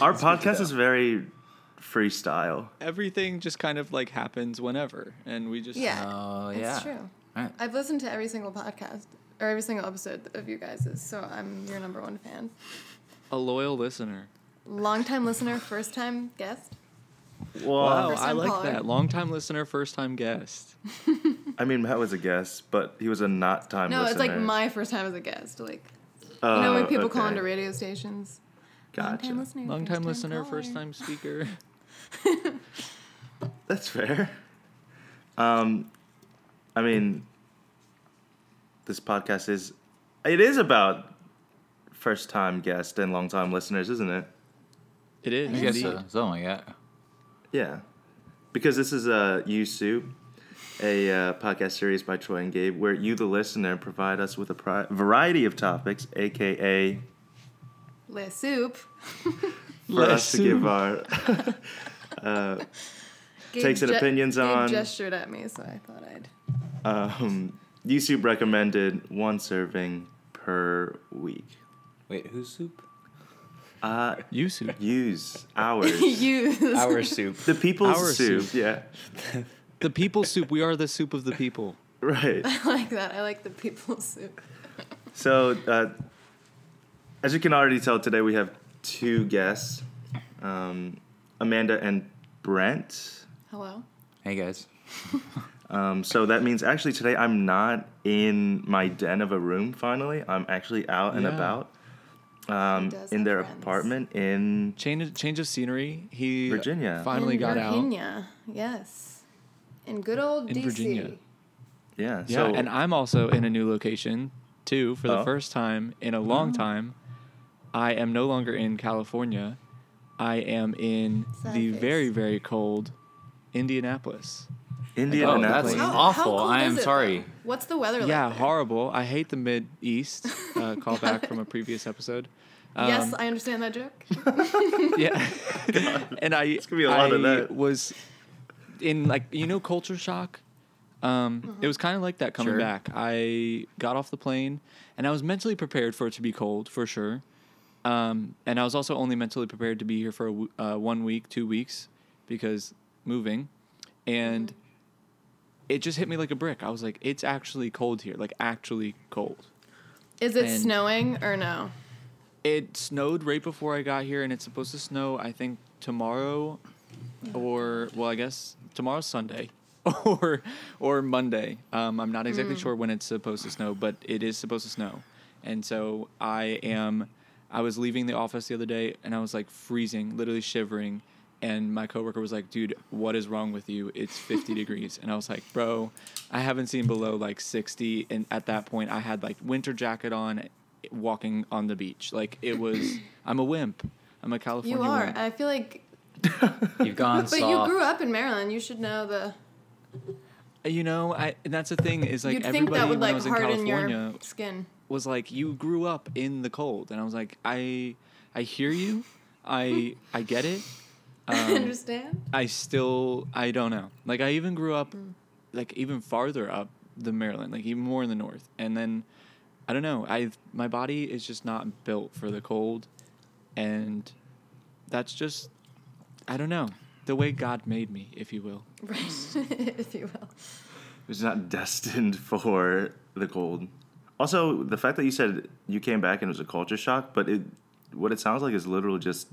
Our podcast is very freestyle. Everything just kind of like happens whenever, and we just Yeah. Oh, it's yeah. true. All right. I've listened to every single podcast or every single episode of you guys', so I'm your number one fan. a loyal listener. Longtime listener, first time guest. Well, Wow, First I time like caller. that. Long time listener, first time guest. I mean, Matt was a guest, but he was a not time No, listener. it's like my first time as a guest. Like Oh, you know when people call okay. into radio stations. Gotcha. Long-time listener, Long time first-time listener, caller. first time speaker. That's fair. Um, I mean, this podcast is it is about first time guest and long time listeners, isn't it? It is. I guess indeed. so. uh, Something like that. Yeah, because this is a uh, you soup. A uh, podcast series by Troy and Gabe, where you, the listener, provide us with a pri- variety of topics, aka Le Soup. for us to give our uh, Gabe takes and ge- opinions Gabe on gestured at me, so I thought I'd. um, YouTube recommended one serving per week. Wait, who's soup? Uh, You soup. use ours. Use. Our soup. the people's Our soup. soup. Yeah, The people soup. We are the soup of the people. right. I like that. I like the people's soup. So, uh, as you can already tell, today we have two guests, um, Amanda and Brent. Hello. Hey guys. Um, so that means actually today I'm not in my den of a room. Finally, I'm actually out and Yeah. about um, does in have their friends. apartment in Change change of scenery. He Virginia. finally In got out. Virginia. Yes. In good old In DC. Virginia. yeah. Yeah, so and I'm also in a new location too for the Oh. first time in a long Oh. time. I am no longer in California. I am in Sad the face. very very cold Indianapolis. Oh, Indianapolis. that's awful. I am is it, sorry. though? What's the weather like? yeah, there? horrible. I hate the Mid East. Uh, call back from a previous episode. yes, I understand that joke. um, yeah. and I, gonna be a lot I of that. was in like you know culture shock. Um, It was kind of like that coming Sure. back. I got off the plane and I was mentally prepared for it to be cold for sure. Um, and I was also only mentally prepared to be here for a w- uh, one week, two weeks because moving, and it just hit me like a brick. I was like, it's actually cold here, like actually cold. Is it And- snowing or no? It snowed right before I got here, and it's supposed to snow, I think, tomorrow or, well, I guess tomorrow's Sunday. Or, or Monday. Um, I'm not Mm. exactly sure when it's supposed to snow, but it is supposed to snow, and so I am. I was leaving the office the other day, and I was like freezing, literally shivering, and my coworker was like, "Dude, what is wrong with you? It's 50 degrees." And I was like, "Bro, I haven't seen below like 60." And at that point, I had like winter jacket on, walking on the beach. Like it was, I'm a wimp. I'm a You California are. wimp. I feel like. You've gone But soft. you grew up in Maryland. You should know the. you know, I, and that's the thing is like you'd everybody think that would when I like was in harden California your skin. was like, "You grew up in the cold," and I was like, "I, I hear you, I, I get it. Um, understand? I still, I don't know. Like, I even grew up, Mm. like even farther up the Maryland, like even more in the north, and then, I don't know. I my body is just not built for the cold, and that's just, I don't know, the way God made me, if you will. Right, if you will. It's not destined for the cold. Also, the fact that you said you came back and it was a culture shock, but it what it sounds like is literally just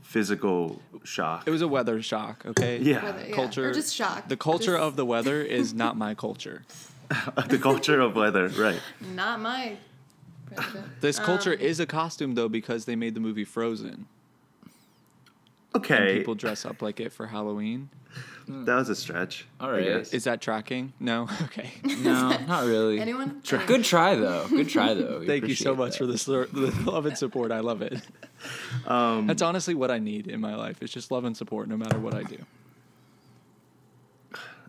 physical shock. It was a weather shock. Okay. yeah, Whether- yeah, Culture. Or just shock. The culture Just of the weather is not my culture. the culture of weather, right? Not my president. This culture Um, is a costume though because they made the movie Frozen. And Okay, people dress up like it for Halloween. that was a stretch. All I right. guess. Is that tracking? No. Okay. no, not really. Anyone? Good try though. Good try though. We Thank you so appreciate much that. for the, slur- the love and support. I love it. Um, That's honestly what I need in my life. It's just love and support, no matter what I do.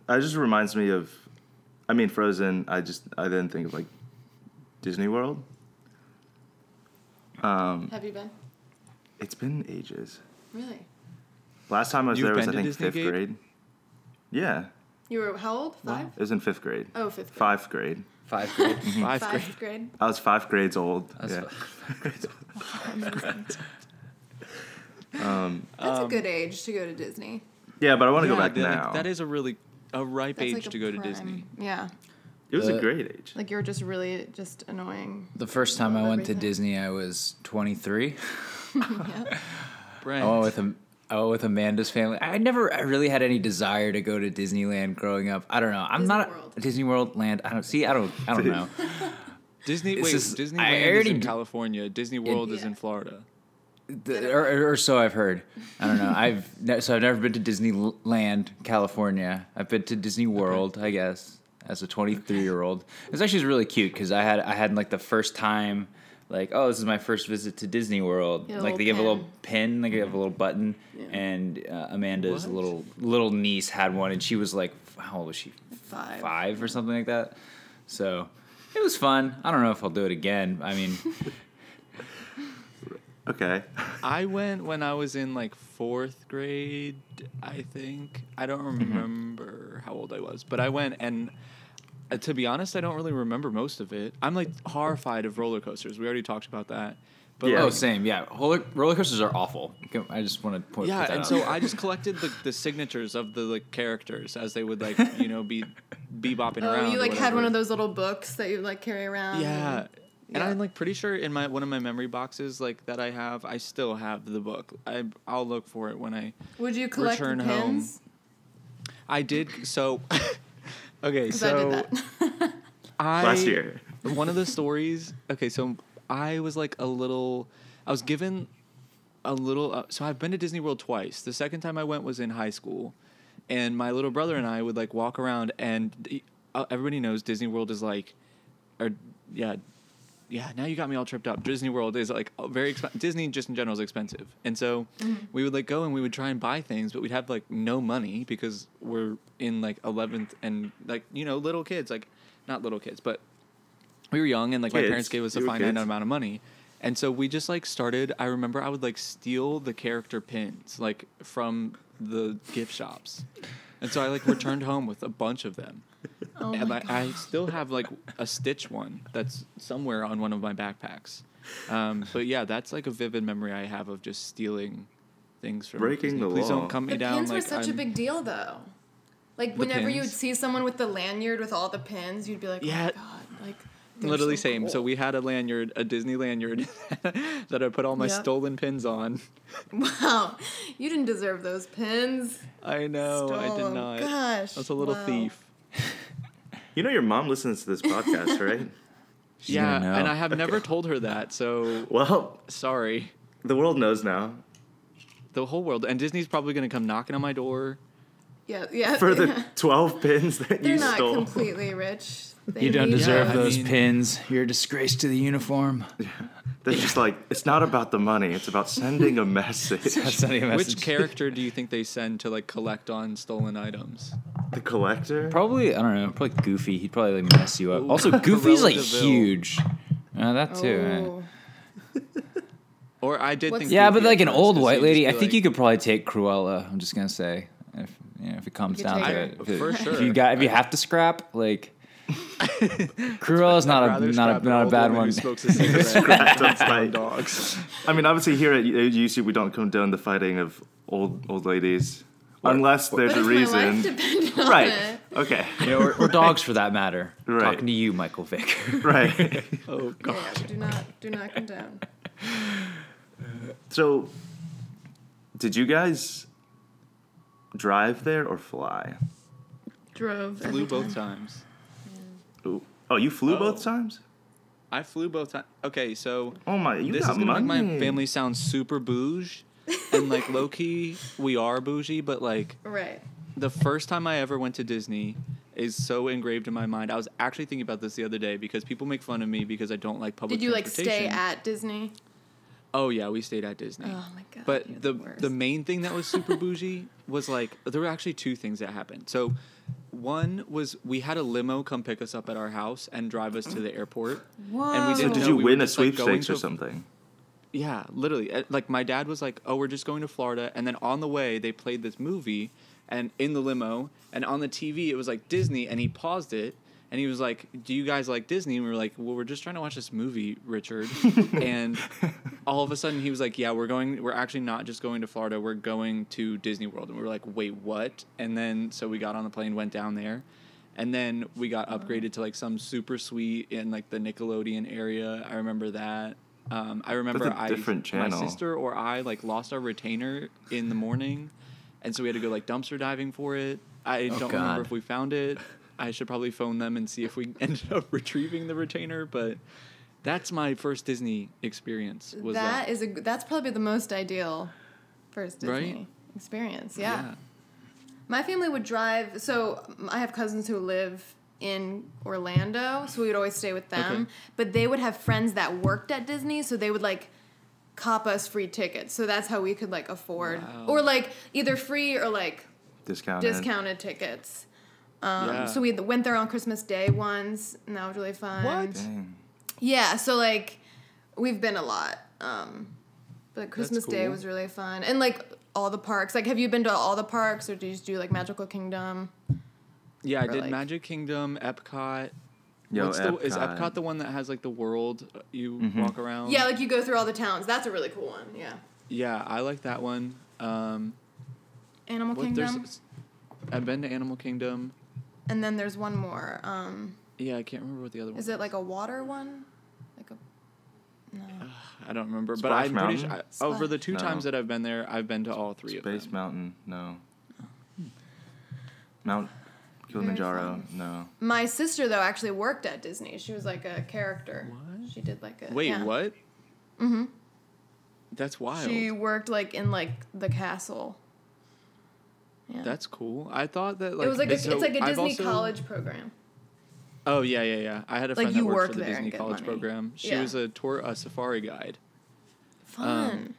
It just reminds me of, I mean, Frozen. I just I didn't think of like Disney World. Um, Have you been? it's been ages. Really? Last time I was You've there was I been to think Disney, fifth Gabe? grade. Yeah, You were how old? Five? it was in fifth grade. Oh, fifth grade. Fifth grade. Hmm. Five grade. Five Five grade. grade. I was five grades old. That's yeah. fu- That's Um, a good age to go to Disney. Um, Yeah, but I want to go back that- like, now. that is a really a ripe That's age like a to go to prime- Disney. Yeah, it was a the- great age. like you're just really just annoying. The first time I went to Everything. Disney, I was 23. yeah. Brent, I went with a I went with Amanda's family. I never really had any desire to go to Disneyland growing up. I don't know. I'm Disney not World. Disney World land. I don't see. I don't. I don't know. Disney. This Wait, is- I Disneyland is already in d- California. Disney World is Yeah. in Florida. The- or, or so I've heard. I don't know. I've ne- so I've never been to Disneyland, California. I've been to Disney World, I guess, as a 23 year old. It's actually really cute because I had I had like the first time, like oh this is my first visit to Disney World. Get a little Like they give a pin. little pin, like they give a little button, and uh, Amanda's What? little little niece had one, and she was like, how old was she? Five. Five or something like that. So it was fun. I don't know if I'll do it again. I mean, Okay. I went when I was in like fourth grade, I think. I don't remember how old I was, but I went and uh, to be honest, I don't really remember most of it. I'm like horrified of roller coasters. We already talked about that. But Yeah. Oh, like, same. Yeah, roller, roller coasters are awful. Go- I just want to point. put yeah, that and out so there. I just collected the, the signatures of the like characters as they would like, you know, be bebopping around. Oh, you or like had one whatever. of those little books that you like carry around. Yeah. And Yeah. I'm like pretty sure in my one of my memory boxes like that I have, I still have the book. I I'll look for it when I Would you collect Return the home. pins? I did so. okay, 'Cause so I did that. I- Last year. one of the stories. Okay, so I was like a little. I was given a little. Uh, so I've been to Disney World twice. The second time I went was in high school, and my little brother and I would like walk around, and d- uh, everybody knows Disney World is like, or yeah. Yeah, now you got me all tripped up. Disney World is like very expensive. Disney just in general is expensive, and so we would like go and we would try and buy things, but we'd have like no money because we're in like eleventh and like you know little kids, like not little kids, but we were young and like my Kids. parents gave us a You were finite kids. amount of money and so we just like started i remember i would like steal the character pins like from the gift shops and so i like returned home with a bunch of them Oh and my like, i still have like a stitch one that's somewhere on one of my backpacks um, but yeah that's like a vivid memory i have of just stealing things from Breaking Disney. the please law. don't cut me The down pins like were such I'm- a big deal, though. Like The whenever you would pins? see someone with the lanyard with all the pins, you'd be like, "Oh my Yeah. god!" Like they're Literally so same. So cool. we had a lanyard, a Disney lanyard, that I put all my Yeah. stolen pins on. wow, you didn't deserve those pins. I know, Oh, I Stole did 'em. not. Gosh, I was a little wow. thief. You know your mom listens to this podcast, right? She's yeah, gonna know. and I have never told her that, so Well, sorry. the world knows now. The whole world. And Disney's probably going to come knocking on my door. Yeah, yeah. For the yeah. 12 pins that they're you not stole. completely rich. They you don't need deserve I them. those mean- pins. You're a disgrace to the uniform. They're just like, it's not about the money, it's about sending a message. That's not even a Which message. character do you think they send to like collect on stolen items? the collector? Probably I don't know. Probably Goofy. He'd probably like, mess you up. Ooh. Also, Goofy's like Cruella de Vil. huge. Uh, that too. eh. Oh. Or I did What's- think Yeah, Goofy but like at an first, old 'cause white you'd just lady, be I think like- you could probably take Cruella. I'm just gonna say, if you know, if it comes could down take to her. it, if, it- For if sure. you got if you have to scrap, like Cruella's not rather a scrap not a an not a old bad woman one. Who smokes a cigarette than Scrapped up hound fight. dogs. I mean, obviously, here at UC, we don't condone the fighting of old old ladies. Unless there's But a if my life reason. depended on Right. it, Okay. You know, or, or dogs for that matter. Right. Talking to you, Michael Vick. Right. Oh yeah, god. do not, do not condone. So, did you guys drive there or fly? Drove. every Flew time. both times. Ooh. Oh, you flew both Oh. times? I flew both times. Okay, so Oh my! You this got is gonna money. make my family sound super bouge, and like low key, we are bougie. But like Right. the first time I ever went to Disney is so engraved in my mind. I was actually thinking about this the other day because people make fun of me because I don't like public. Did you like stay transportation. at Disney? Oh yeah, we stayed at Disney. Oh my god. you're But the worst. the main thing that was super bougie was like there were actually two things that happened. So one was we had a limo come pick us up at our house and drive us to the airport. And we Whoa. So didn't did know you we were win a just, like, going sweepstakes to or a- something? Yeah, literally. Uh, Like my dad was like, "Oh, we're just going to Florida," and then on the way they played this movie, and in the limo, and on the TV it was like Disney, and he paused it, and he was like, "Do you guys like Disney?" And we were like, "Well, we're just trying to watch this movie, Richard," and all of a sudden he was like, "Yeah, we're going. We're actually not just going to Florida. We're going to Disney World." And we were like, "Wait, what?" And then so we got on the plane, went down there, and then we got upgraded to like some super suite in like the Nickelodeon area. I remember that. Um, I remember I different my channel. sister or I like lost our retainer in the morning, and so we had to go like dumpster diving for it. I Oh, don't God. remember if we found it. I should probably phone them and see if we ended up retrieving the retainer, but that's my first Disney experience. Was that, that is a g- that's probably the most ideal first Disney Right? experience. yeah. My family would drive. So um, I have cousins who live in Orlando, so we would always stay with them. Okay. But they would have friends that worked at Disney, so they would like cop us free tickets. So that's how we could like afford Wow. or like either free or like Discounted. discounted tickets. Um, Yeah. So we went there on Christmas Day once, and that was really fun. What? Dang. Yeah, so like we've been a lot. Um but Christmas Day cool. was really fun. And like all the parks. Like have you been to all the parks or do you just do like Magical Kingdom? Yeah, I Or, did like- Magic Kingdom, Epcot. Yo, Mm-hmm. What's The, is Epcot the one that has like the world uh, you walk around? yeah, like you go through all the towns. That's a really cool one. Yeah. yeah, I like that one. Um, Animal what, there's, Kingdom. I've been to Animal Kingdom. And then there's one more. Um Yeah, I can't remember what the other one. is it like a water one? Like a I don't remember, but Splash I'm pretty sure. Mountain? I- over the two No. times that I've been there, I've been to all three of Space them. Mountain? No. Mount Kilimanjaro? No. My sister though actually worked at Disney. She was like a character. What? She did like a Wait, yeah. what? Mm-hmm. That's wild. She worked like in like the castle. Yeah. That's cool. I thought that like it was like a, so it's like a I've Disney also- um, college program. Oh yeah, yeah, yeah. I had a Like, friend you that worked work for the there and Disney get college money. program. She Yeah. was a tour, a safari guide. Fun.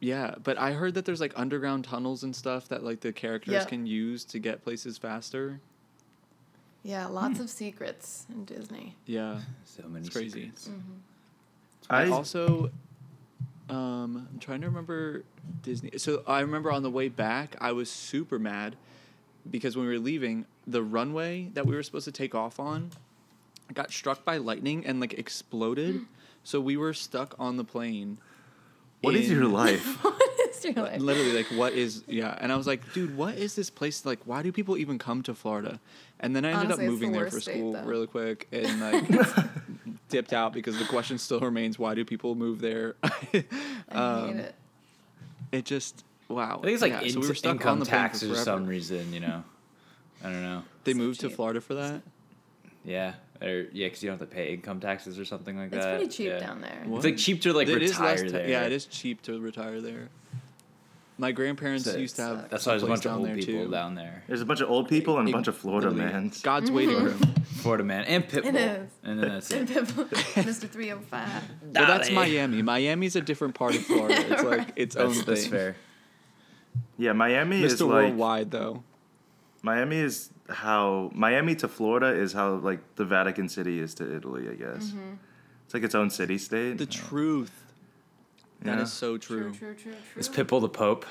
Yeah, but I heard that there's like underground tunnels and stuff that like the characters Yeah. can use to get places faster. yeah, hmm. lots of secrets in Disney. Yeah, So many it's crazy. secrets. I I, also, um, I'm trying to remember Disney. So I remember on the way back, I was super mad because when we were leaving, the runway that we were supposed to take off on got struck by lightning and like exploded. so we were stuck on the plane. what is in- your life? It's your life. Literally, like, what is, yeah. And I was like, dude, what is this place? Like, why do people even come to Florida? And then I ended Honestly, up it's moving the there worst for state, school though. really quick and, like, dipped out because the question still remains why do people move there? I um, hate it. it just, wow. I think it's like in- income tax or forever. some reason, you know. I don't know. They So moved to cheap. Florida for that? Yeah, or yeah, because you don't have to pay income taxes or something like It's that. pretty cheap yeah. down there. What? It's like cheap to like It is retire less ta- there. Yeah, it is cheap to retire there. My grandparents So used to have. That's why there's a place bunch of down old there, people too. down there. There's a bunch of old people and a Ig- bunch of Florida literally. mans. God's waiting Mm-hmm. room. Florida man and Pitbull. It is. And then that's it. Mr. 305. Well, that's Dolly. Miami. Miami's a different part of Florida. It's like its own That's, thing. that's fair. Yeah, Miami is Mr. like Worldwide, though. Miami is how Miami to Florida is how like the Vatican City is to Italy, I guess. Mm-hmm. It's like its own city state. The truth. That Yeah. is so true. True, true, true, true. Is Pitbull the Pope?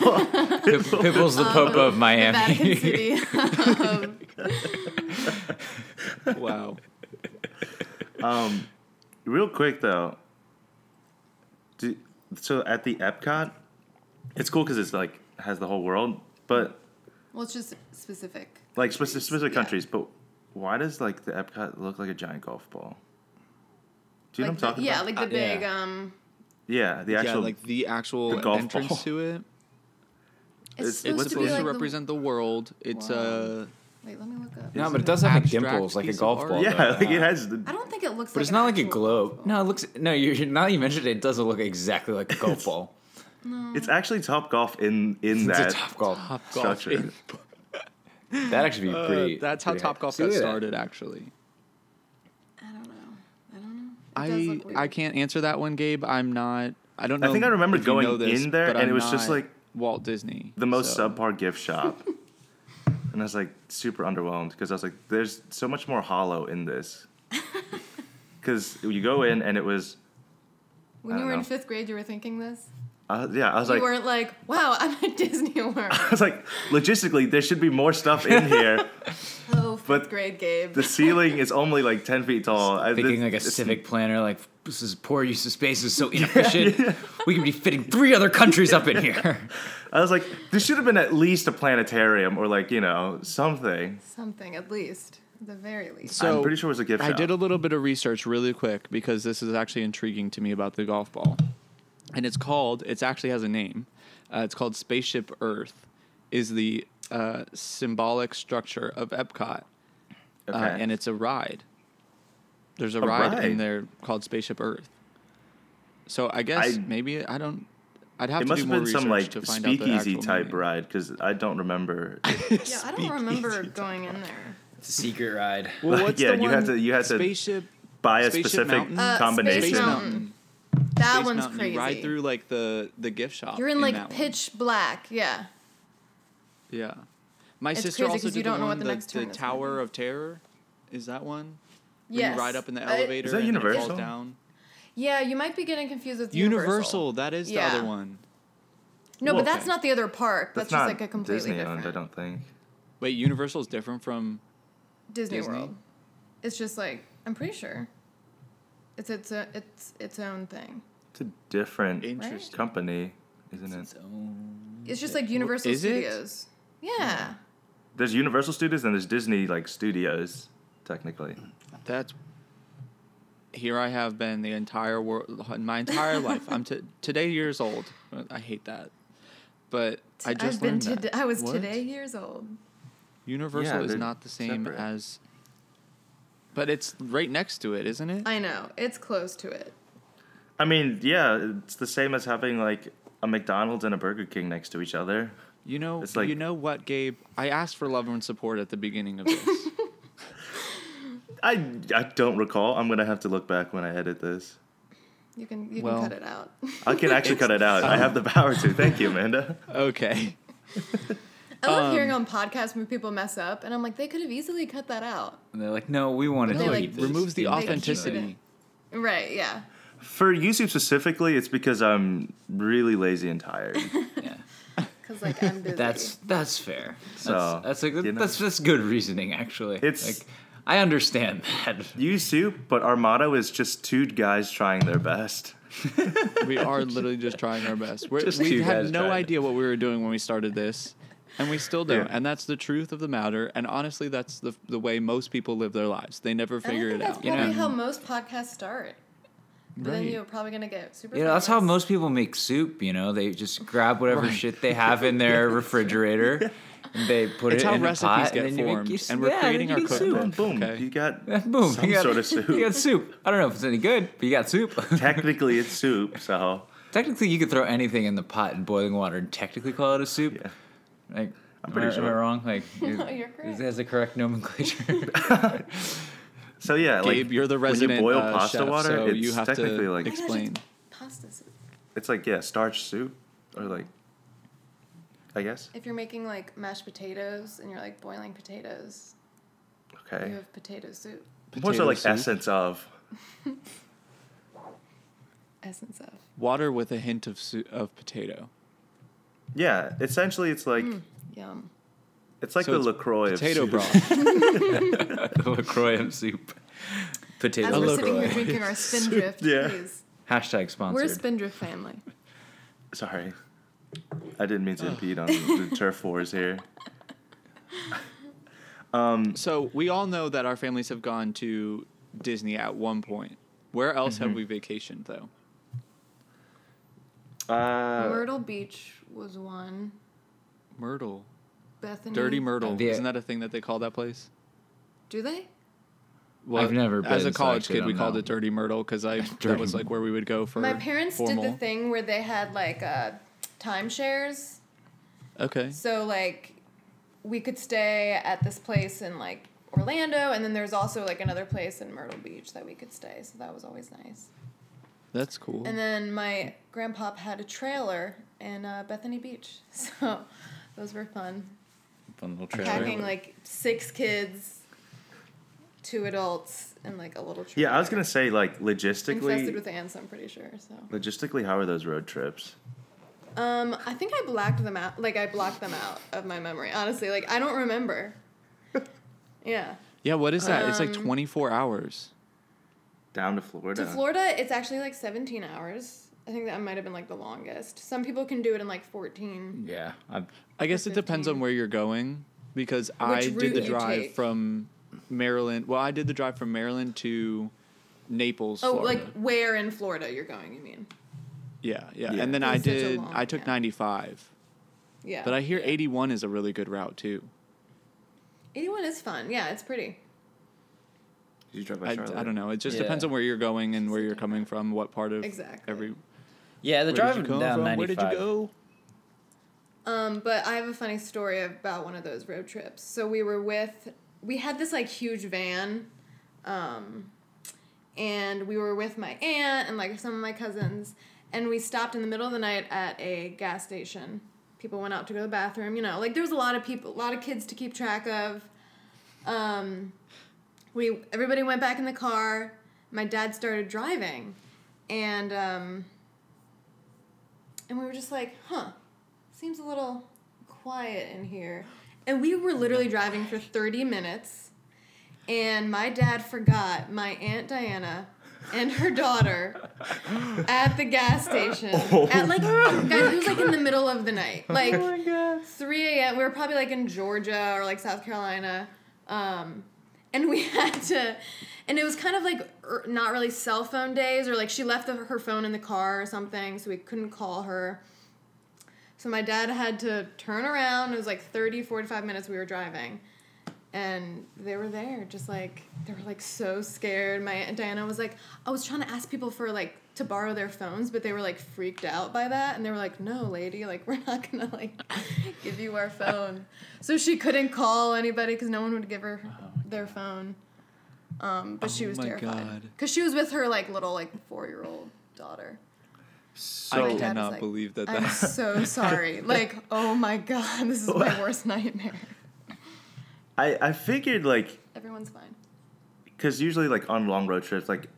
Pip- Pitbull's the Pope of Um, The Vatican Miami. City. um, Wow. Real quick though, do, so at the Epcot, it's cool because it's like has the whole world, but well, it's just specific. like specific, specific yeah. countries. But why does like the Epcot look like a giant golf ball? Do you know like what I'm talking the, yeah, about? like the Uh, yeah. big. Um, yeah, the yeah, actual like the actual the golf entrance ball. to it. it's, It's- supposed It's what's to supposed be to, like represent the, world. It's uh, Wow. a. The, wait, let me look up. no, but it does have like dimples, Abstract like a piece of golf art. ball. yeah, though. like it has the I don't think it looks. But like it's an not like a actual globe. football. No, it looks. No, you're, you're now you mentioned it, it doesn't look exactly like a golf ball. It's actually Top Golf in in It's that a top golf. Top golf. structure. That'd actually be pretty. Uh, that's how pretty Top Golf See, got look at that. started, actually. I don't know. I don't know. It does I look weird. I can't answer that one, Gabe. I'm not. I don't I know. think I remember if you going know this, in there, but and I'm it was just, not like, Walt Disney. the most so- subpar gift shop. and I was like super underwhelmed because I was like, there's so much more hollow in this. Because you go in and it was, When I you don't were in know. fifth grade, you were thinking this. uh, yeah, I was You like, weren't like, "Wow, I'm at Disney World." I was like, logistically, there should be more stuff in here. Oh, fifth But grade, Gabe. the ceiling is only like 10 feet tall. I- Thinking this- like a it's- civic planner, like this is poor use of space is so inefficient. We could be fitting three other countries up in here. I was like, this should have been at least a planetarium or like you know something. Something at least, at the very least. So I'm pretty sure it was a gift I shop. did a uh, little bit of research really quick because this is actually intriguing to me about the golf ball, and it's called. It actually has a name. Uh, it's called Spaceship Earth. Is the uh, symbolic structure of Epcot, Okay. uh, and it's a ride. There's a, A ride, in ride? there called Spaceship Earth. So I guess I- maybe I don't. I'd have it to must do have more been research some like to find out the speakeasy actual type meaning. ride because I don't remember. yeah, I don't remember going in there. It's a secret ride. Well, what's Yeah, the you one? had to- you had to- spaceship By a Spaceship specific Mountain? Uh, Space combination. Space Mountain. Mountain. That Space one's Mountain. crazy. You ride through like the the gift shop. You're in, that like one. pitch black. Yeah. Yeah, my It's sister crazy also 'cause did you the don't know one, what the the, next turn is gonna Tower be. of Terror. Is that one? Where Yes. Uh, You ride up in the I- elevator. Is that and then it falls Universal? down. yeah, you might be getting confused with Universal. Universal. That is Yeah. the other one. No, Well, but that's okay. not the other park. That's That's, just not like a completely Disneyland, different I don't think. Wait, Universal is different from. Disney, Disney? World. It's just like I'm pretty sure. It's its o- it's its own thing. It's a different Interesting. company, isn't it? Its own- It's just like Universal is it? Studios. Yeah. There's Universal Studios and there's Disney like studios, technically. That's. Here I have been the entire world, my entire life. I'm t- today years old. I hate that, but I just have been learned that. today. I was What? today years old. Universal Yeah, is they're not the same separate. as. But it's right next to it, isn't it? I know it's close to it. I mean, yeah, it's the same as having like a McDonald's and a Burger King next to each other. You know, It's like- you know what, Gabe? I asked for love and support at the beginning of this. I I don't recall. I'm gonna have to look back when I edit this. You can you Well- can cut it out. I can actually cut it out. I have the power to. Thank you, Amanda. okay. I love hearing um, on podcasts when people mess up, and I'm like, they could have easily cut that out. And they're like, no, we wanted They, to like, keep this. Removes the in keep it authenticity. in. Right? Yeah. For YouTube specifically, it's because I'm really lazy and tired. Yeah. Because like I'm busy. That's that's fair. So, that's that's, like, you know. that's that's good reasoning actually. It's- like I understand that. Used to, but our motto is just two guys trying their best. We are literally just trying our best. We're, Just we two had guys no trying. idea what we were doing when we started this, and we still don't. Yeah. And that's the truth of the matter. And honestly, that's the the way most people live their lives. They never And I figure think it that's out. you probably know. how most podcasts start. But then Right. you're probably gonna get super. You know, that's how famous. most people make soup, you know. They just grab whatever shit they have in their refrigerator and they put It's it how in a recipes pot get and then you formed, make your s- and we're yeah, then creating you our make And soup. then boom, Okay. you got Boom, some you got, sort of You soup. got soup. I don't know if it's any good, but you got soup. Technically, it's soup, so technically, you could throw anything in the pot in boiling water and technically call it a soup. yeah. Like, I'm am pretty I- Am I sure. wrong? Like, No, it- you're correct. It has the correct nomenclature. So yeah, like Gabe, you're the when resident you boil uh, pasta chef, water, so it's you have technically to like Oh my gosh, it's explain. Pasta soup. it's like yeah, starch soup or like I guess. If you're making like mashed potatoes and you're like boiling potatoes, you Okay. have potato soup. More so Potato like soup. essence of. Essence of. Water with a hint of su- of potato. Yeah, essentially it's like Mm. Yum. it's like So the it's LaCroix Potato of soup. broth. the LaCroix of soup. As Potato we're look sitting here LaCroix. drinking our spindrift, Yeah. please. Hashtag sponsored. We're a spindrift family. Sorry. I didn't mean to impede on the turf wars here. So we all know that our families have gone to Disney at one point. Where else Mm-hmm. have we vacationed though? Uh, Myrtle Beach was one. Myrtle. Bethany. Dirty Myrtle. Mm-hmm. The- Isn't that a thing that they call that place? Do they? Well, I've never As a been, so I college actually kid, we don't called know. it Dirty Myrtle because I that Dirty was like where we would go for My parents formal. did the thing where they had like uh, timeshares. Okay. So like we could stay at this place in like Orlando, and then there's also like another place in Myrtle Beach that we could stay. So that was always nice. That's cool. And then my grandpop had a trailer in uh, Bethany Beach. So those were fun. Fun little trailer. Packing like six kids, two adults, and like a little trailer. yeah, I was gonna say like Infested logistically, with ants, I'm pretty sure. So, logistically, how are those road trips? um, I think I blacked them out. Like I blocked them out of my memory. Honestly, like I don't remember. Yeah, Um, yeah. What is that? it's like 24 hours. down to Florida. To Florida, it's actually like 17 hours. I think that might have been like the longest. Some people can do it in like Mm, 14. Yeah, I've, I guess it depends 15. on where you're going because I route did the you drive take. from Maryland. Well, I did the drive from Maryland to Naples. Oh, Florida. like where in Florida you're going, you mean? yeah, yeah, Yeah. And then It I was such a did. long- I took yeah. 95, Yeah. but I hear 81 is a really good route too. 81 is fun. Yeah, it's pretty. Did you drive by I, Charlotte? I don't know. It just Yeah. depends on where you're going and where you're coming from, what part of Exactly. every. yeah. The Where did driving you come down from? 95. Where did you go? Um, but I have a funny story about one of those road trips. So we were with, we had this like huge van, um, and we were with my aunt and like some of my cousins, and we stopped in the middle of the night at a gas station. People went out to go to the bathroom, you know, like there was a lot of people, a lot of kids to keep track of. Um, we everybody went back in the car. My dad started driving, and um, and we were just like, huh seems a little quiet in here. And we were literally driving for 30 minutes, and my dad forgot my Aunt Diana and her daughter at the gas station. At like, guys, it was like in the middle of the night. Like, 3 a.m. We were probably like in Georgia or like South Carolina. Um, and we had to, and it was kind of like er, not really cell phone days, or like she left the, her phone in the car or something, so we couldn't call her. So my dad had to turn around. It was like 30, 45 minutes we were driving. And they were there, just like, they were like so scared. My Aunt Diana was like, I was trying to ask people for like to borrow their phones, but they were like freaked out by that. And they were like, no, lady, like, we're not gonna like give you our phone. So she couldn't call anybody because no one would give her their phone. Um, but she Oh was my terrified. God. Because she was with her like little, like, four year old daughter. So I dad was cannot like, believe that. I'm that so sorry. Like, oh my god, this is my worst nightmare. I, I figured like Everyone's fine. because usually like on long road trips like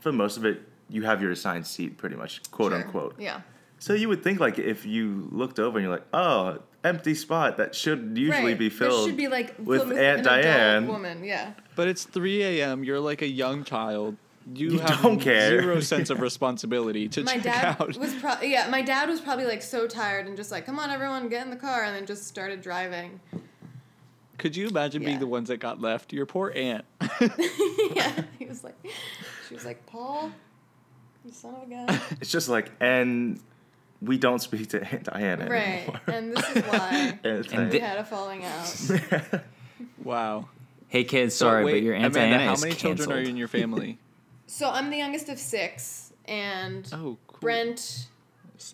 for most of it you have your assigned seat pretty much quote Sure. unquote Yeah. so you would think like if you looked over and you're like oh empty spot that should usually right. be This filled should be like filled with an aunt adult diane woman. Yeah. But it's 3 a.m. You're like a young child. You, You have don't care. zero sense of responsibility to My check dad out. was pro- yeah. My dad was probably like so tired and just like, come on, everyone, get in the car, and then just started driving. Could you imagine being Yeah. the ones that got left? Your poor aunt. yeah. He was like, she was like, Paul, you son of a gun. it's just like and we don't speak to aunt diane right. anymore And this is why It's And like- we thi- had a falling out. Wow. Hey kids, sorry, Wait, but your Aunt Amanda, Diana how is many canceled. children are in your family? So I'm the youngest of six, and oh, cool. Brent,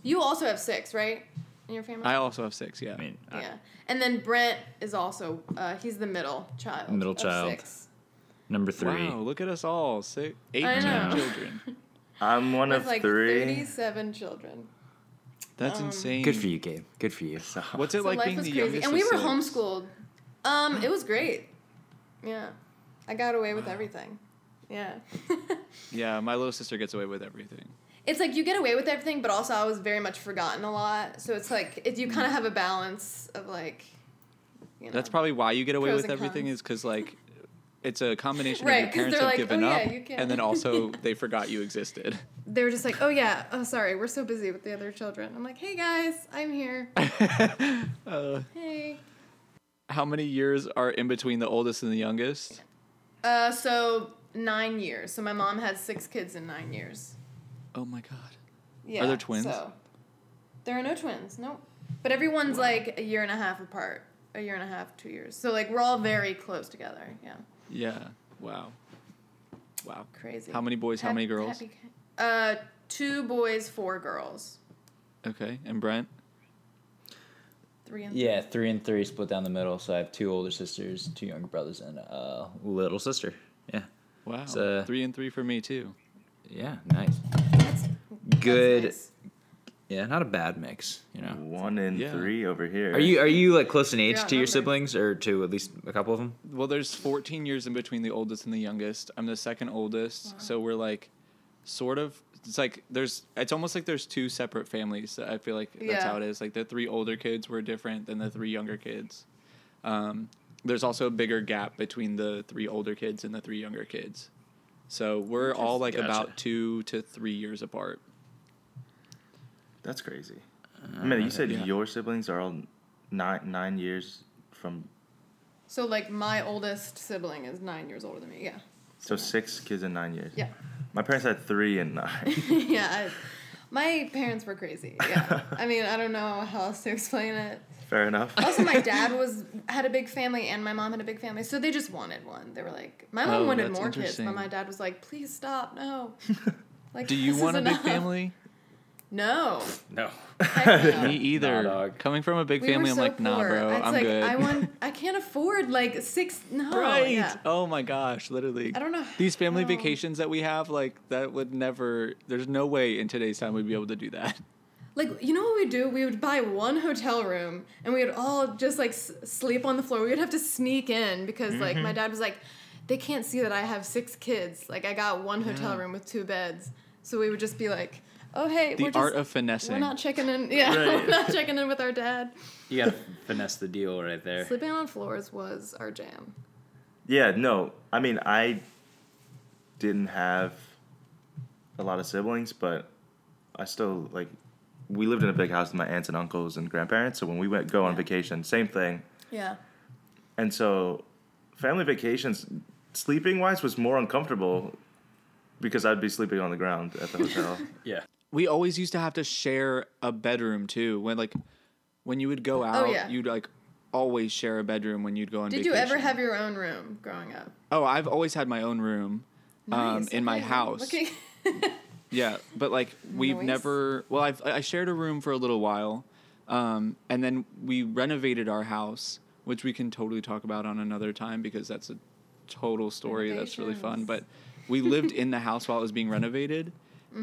you also have six, right? In your family? I also have six. Yeah. I mean, I- Uh, yeah. And then Brent is also, uh, he's the middle child. Middle of child. Six. number three. Wow. Look at us all. Six, eight I know. children. i'm one With of like three 37 children. That's insane. Good for you, Gabe. Good for you. What's it Um, So like life being was the crazy. youngest? And we of were six? homeschooled. Um, it was great. Yeah. I got away with everything. Yeah. Yeah, my little sister gets away with everything. it's like you get away with everything, but also I was very much forgotten a lot. So it's like, it, you kind of have a balance of like, you know. That's probably why you get away Pros with and everything cons. is because like. It's a combination Right, of your 'cause parents they're have like, given "Oh, yeah, up, you can." and then also they forgot you existed. they were just like, oh yeah, oh sorry, we're so busy with the other children. I'm like, hey guys, I'm here. Uh, Hey. how many years are in between the oldest and the youngest? Uh, so nine years. So my mom had six kids in nine years. Oh my god. Yeah. there twins? So there are no twins. Nope. But everyone's like a year and a half apart. A year and a half, two years. So like we're all very close together. Yeah. Yeah. Wow. Wow. Crazy. How many boys? How Hap- many girls? happy ca- uh, two boys, four girls, Okay. And Brent. three and Yeah, three and three split down the middle. So I have two older sisters, two younger brothers, and a little sister. Yeah, Wow. uh, three and three for me too. yeah, nice. That's- that's Good. nice. Yeah, not a bad mix. You know, one in Yeah. three over here are you are you like close in age Yeah, to your number. siblings, or to at least a couple of them? Well, there's 14 years in between the oldest and the youngest. I'm the second oldest, so we're like, sort of. It's like there's. It's almost like there's two separate families. I feel like that's Yeah. Mm-hmm. how it is. Like the three older kids were different than the three younger kids. Um, there's also a bigger gap between the three older kids and the three younger kids. So we're all like Gotcha. about two to three years apart. That's crazy. Uh, I mean, you said yeah. your siblings are all nine nine years from. So like my oldest sibling is nine years older than me. Yeah. So six kids in nine years. Yeah. My parents had three and nine. yeah. I, my parents were crazy. Yeah. I mean, I don't know how else to explain it. Fair enough. Also, my dad was had a big family, and my mom had a big family, so they just wanted one. They were like, my mom Oh, wanted that's more kids, but interesting. my dad was like, please stop, no. Like, Do you this want is a big enough. family? No. No. Heck no. Me either. dog. Coming from a big We were family, I'm so like, nah, poor. bro, It's I'm like, good. I want. I can't afford like six. No. right. Yeah. Oh my gosh, literally. I don't know These family how- vacations that we have, like, that would never, there's no way in today's time we'd be able to do that. Like, you know what we'd do? We would buy one hotel room and we would all just like s- sleep on the floor. We would have to sneak in because like Mm-hmm. my dad was like, they can't see that I have six kids. Like, I got one hotel Yeah. room with two beds. So we would just be like, oh, hey, The we're art just, of finessing. we're not checking in. Yeah, Right. we're not checking in with our dad. You gotta finesse the deal right there. Sleeping on floors was our jam. Yeah, no. I mean, I didn't have a lot of siblings, but I still like we lived in a big house with my aunts and uncles and grandparents, so when we went go on vacation, same thing. Yeah. And so family vacations sleeping wise was more uncomfortable because I'd be sleeping on the ground at the hotel. Yeah. we always used to have to share a bedroom too. When like when you would go out, Oh, yeah. you'd like always share a bedroom when you'd go on Did vacation. you ever have your own room growing up? Oh, I've always had my own room um, Nice. in my Okay, house. Okay. Yeah, but like we've Nice. never. Well, I've I shared a room for a little while, um, and then we renovated our house, which we can totally talk about on another time because that's a total story. That's really fun. But we lived in the house while it was being renovated,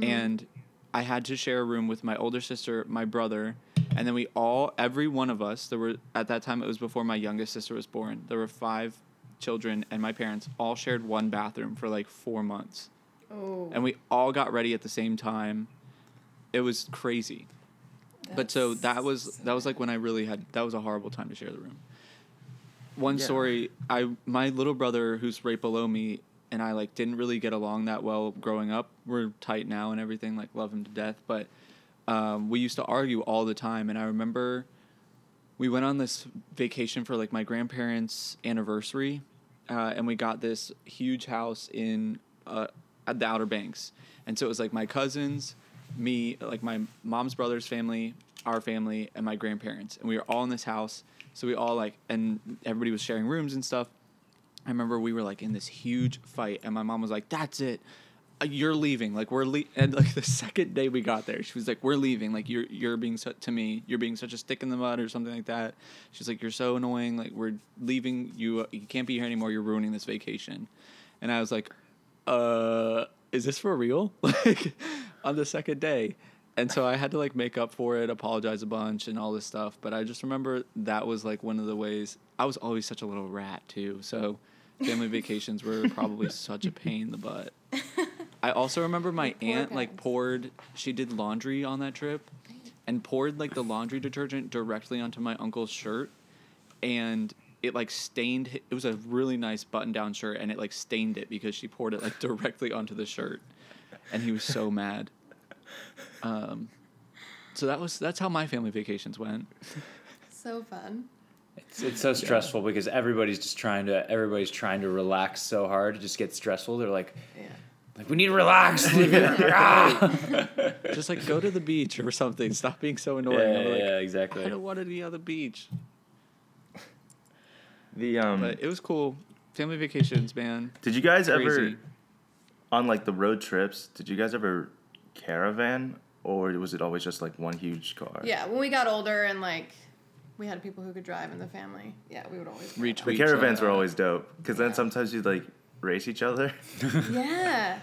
and I had to share a room with my older sister, my brother, and then we all, every one of us, there were at that time it was before my youngest sister was born. There were five children and my parents all shared one bathroom for like four months oh. and we all got ready at the same time. It was crazy. but so that that's was so that was like when I really had that was a horrible time to share the room. One story, I my little brother who's right below me and I like didn't really get along that well growing up. We're tight now and everything, like love him to death, but um, we used to argue all the time and I remember we went on this vacation for like my grandparents' anniversary, uh, and we got this huge house in uh, at the Outer Banks, and so it was like my cousins, me, like my mom's brother's family, our family, and my grandparents, and we were all in this house. So we all like, and everybody was sharing rooms and stuff. I remember we were like in this huge fight, and my mom was like, "That's it, Uh, you're leaving." Like we're le- and like the second day we got there, she was like, "We're leaving." Like you're you're being su- to me, you're being such a stick in the mud or something like that. She's like, "You're so annoying. Like we're leaving you. You can't be here anymore. You're ruining this vacation." And I was like, "Uh, is this for real?" Like on the second day. And so I had to like make up for it, apologize a bunch, and all this stuff. But I just remember that was like one of the ways I was always such a little rat too. So family vacations were probably such a pain in the butt. I also remember my poor aunt like guys. poured. She did laundry on that trip, and poured like the laundry detergent directly onto my uncle's shirt, and it like stained. hi- It was a really nice button-down shirt, and it like stained it because she poured it like directly onto the shirt, and he was so mad. Um, so that was that's how my family vacations went. so fun. It's, it's so stressful because everybody's just trying to everybody's trying to relax so hard. It just gets stressful. They're like, Yeah. like we need to relax. leave it- ah! Just like go to the beach or something. Stop being so yeah, annoying. yeah, I'm like, yeah, I exactly. don't want to be on the beach. the um But it was cool. Family vacations, man. Did you guys ever Crazy. on like the road trips, did you guys ever caravan or was it always just like one huge car? Yeah, when we got older and like we had people who could drive in the family. Yeah, we would always drive. Retweet. The caravans uh, were always dope because then Yeah. sometimes you'd like race each other. Yeah,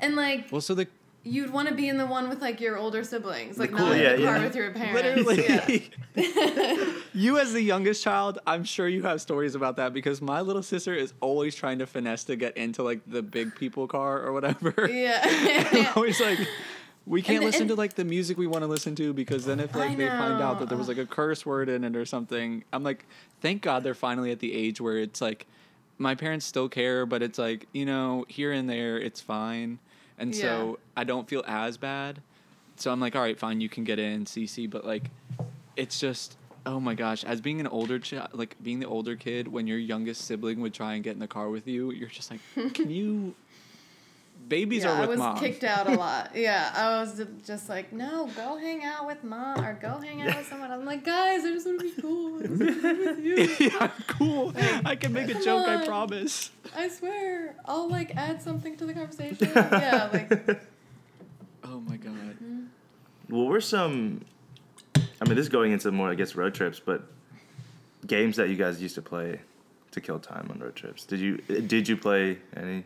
and like Well, so the you'd want to be in the one with like your older siblings, like cool- not yeah, in the car yeah. with your parents. literally, Yeah. you as the youngest child, I'm sure you have stories about that because my little sister is always trying to finesse to get into like the big people car or whatever. Yeah. always like. We can't And- listen and- to like the music we want to listen to because then if I like they find out know. that there was like a curse word in it or something, I'm like, thank God they're finally at the age where it's like my parents still care, but it's like, you know, here and there, it's fine. And so I don't feel as bad. So I'm like, all right, fine, you can get in, CC. But like, it's just, oh my gosh, as being an older child, like being the older kid, when your youngest sibling would try and get in the car with you, you're just like, can you? Babies yeah, are with I was mom. kicked out a lot. Yeah, I was just like, no, go hang out with mom or go hang out with someone. I'm like, guys, I just want to be cool. I just wanna be with you. yeah, cool. I can make a come joke, I on. promise. I swear, I'll like add something to the conversation. yeah, like Oh my god. What were some? I mean, this is going into more, I guess, road trips, but games that you guys used to play to kill time on road trips. Did you did you play any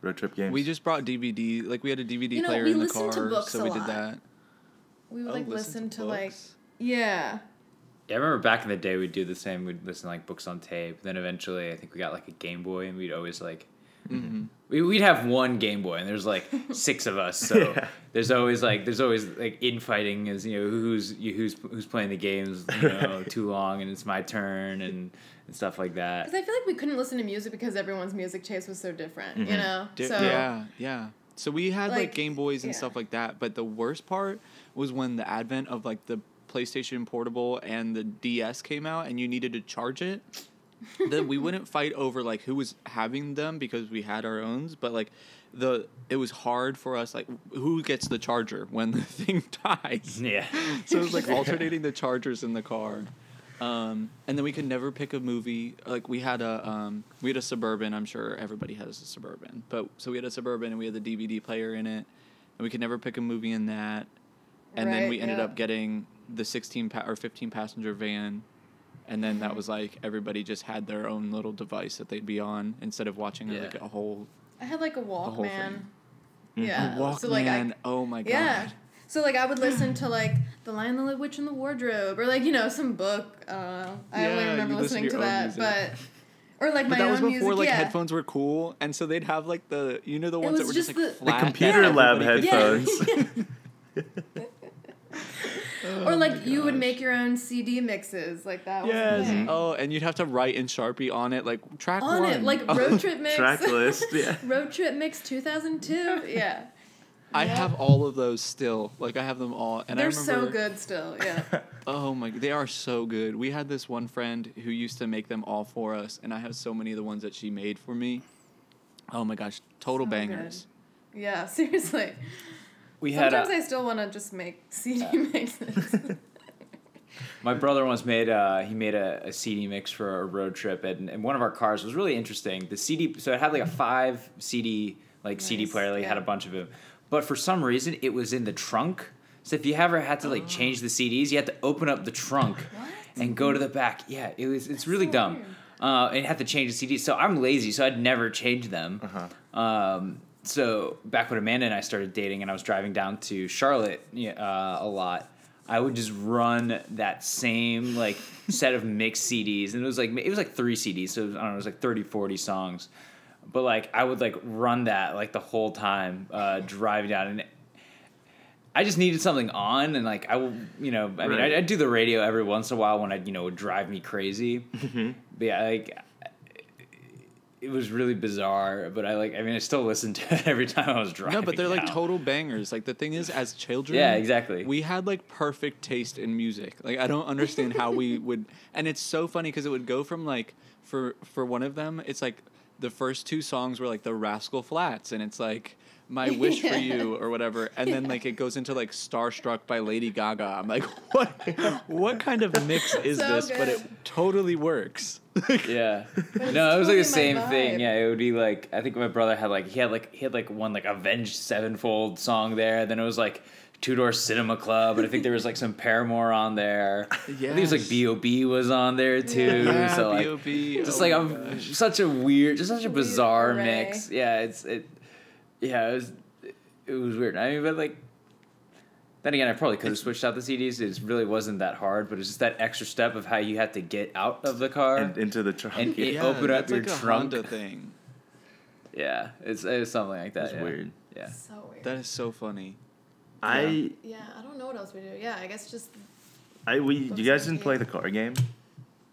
road trip games? We just brought DVD. Like we had a DVD You know, player we in the listened car, to books so a we did lot. that. we would Oh, like listen, to, like books. yeah. Yeah, I remember back in the day we'd do the same. We'd listen to like books on tape. Then eventually, I think we got like a Game Boy, and we'd always like. We, we'd have one Game Boy, and there's like six of us, so Yeah. there's always like there's always like infighting as you know who's you, who's who's playing the games you know too long, and it's my turn and, and stuff like that. Because I feel like we couldn't listen to music because everyone's music taste was so different, you know. Mm-hmm. Di- so yeah, yeah. So we had like, Like, Game Boys and yeah. stuff like that, but the worst part was when the advent of like the PlayStation Portable and the DS came out, and you needed to charge it. then we wouldn't fight over like who was having them because we had our owns, but like the it was hard for us like who gets the charger when the thing dies. Yeah, so it was like alternating the chargers in the car um, and then we could never pick a movie like we had a um, we had a suburban i'm sure everybody has a suburban but so we had a suburban and we had the dvd player in it and we could never pick a movie in that and then Right, we ended yeah. up getting the 16 pa- or 15 passenger van and then Mm-hmm. that was like everybody just had their own little device that they'd be on instead of watching Yeah. like a whole I had like a whole Walkman. thing. Yeah. Walkman. So like I oh my god. yeah. So like I would listen to like The Lion, the Little Witch, and the Wardrobe, or like you know some book. Uh, I only Yeah, remember you listen listening to to, your own that, but music. or like But my that own was before music. like yeah. headphones were cool, and so they'd have like the you know the ones that was were just, just like the- The flat. that computer lab everybody could- headphones. or like you would make your own CD mixes, like that. Was Oh Yes. a thing. Oh, and you'd have to write in Sharpie on it like track On one. it, like Oh, road trip mix. track list. Yeah. road trip mix 2002. Yeah. I have all of those still. Like I have them all, and I They're remember. so good still. Yeah. Oh my, they are so good. We had this one friend who used to make them all for us, and I have so many of the ones that she made for me. Oh my gosh, total So good. bangers. Yeah, seriously. we had Sometimes a- I still want to just make CD mixes. My brother once made uh, he made a, a CD mix for a road trip, and, and one of our cars was really interesting. The CD, so it had like a five CD like Mm-hmm. CD Nice, player. Like, it had yeah. a bunch of them, but for some reason it was in the trunk. So if you ever had to Oh. like change the CDs, you had to open up the trunk and go to the back. Yeah, it was. It's really Mm-hmm. so dumb. weird. Uh, and had to change the CDs. So I'm lazy, so I'd never change them. Uh-huh. Um, so back when Amanda and I started dating, and I was driving down to Charlotte yeah, uh, a lot, I would just run that same like set of mixed CDs, and it was like it was like three CDs, so it was, I don't know, it was like 30, 40 songs, but like I would like run that like the whole time uh, driving down, and I just needed something on, and like I, will, you know, I mean, Right. I, I do the radio every once in a while when I, you know, would drive me crazy. Mm-hmm. But yeah, like it was really bizarre, but I like, I mean, I still listened to it every time I was driving. No, but they're like now. total bangers. Like the thing is, as children, Yeah, exactly. We had like perfect taste in music. Like I don't understand how we would, and it's so funny because it would go from like for for one of them, it's like the first two songs were like the Rascal Flats, and it's like my wish for you or whatever, and then like it goes into like Starstruck by Lady Gaga. I'm like, what what kind of mix is So this? But it totally works. Yeah. it's no, it was totally like the my same thing. vibe. Yeah, it would be like I think my brother had like he had like he had like one like Avenged Sevenfold song there. Then it was like Two Door Cinema Club, and I think there was like some Paramore on there. Yeah. I think it was like Yes. B.O.B. was on there too. Yeah, so like B.O.B.. just Oh like my a such a weird, just such a Weird bizarre array. mix. Yeah, it's it. Yeah, it was it was weird. I mean, but like. Then again, I probably could have switched out the CDs. It really wasn't that hard, but it's just that extra step of how you had to get out of the car And into the trunk. And yeah. it- open up that's your like a trunk. Honda thing. Yeah, it's it's something like that. That's yeah. weird. Yeah. so weird. That is so funny. I yeah, I don't know what else we do. Yeah, I guess just I we you Those guys are didn't play cute. the car game.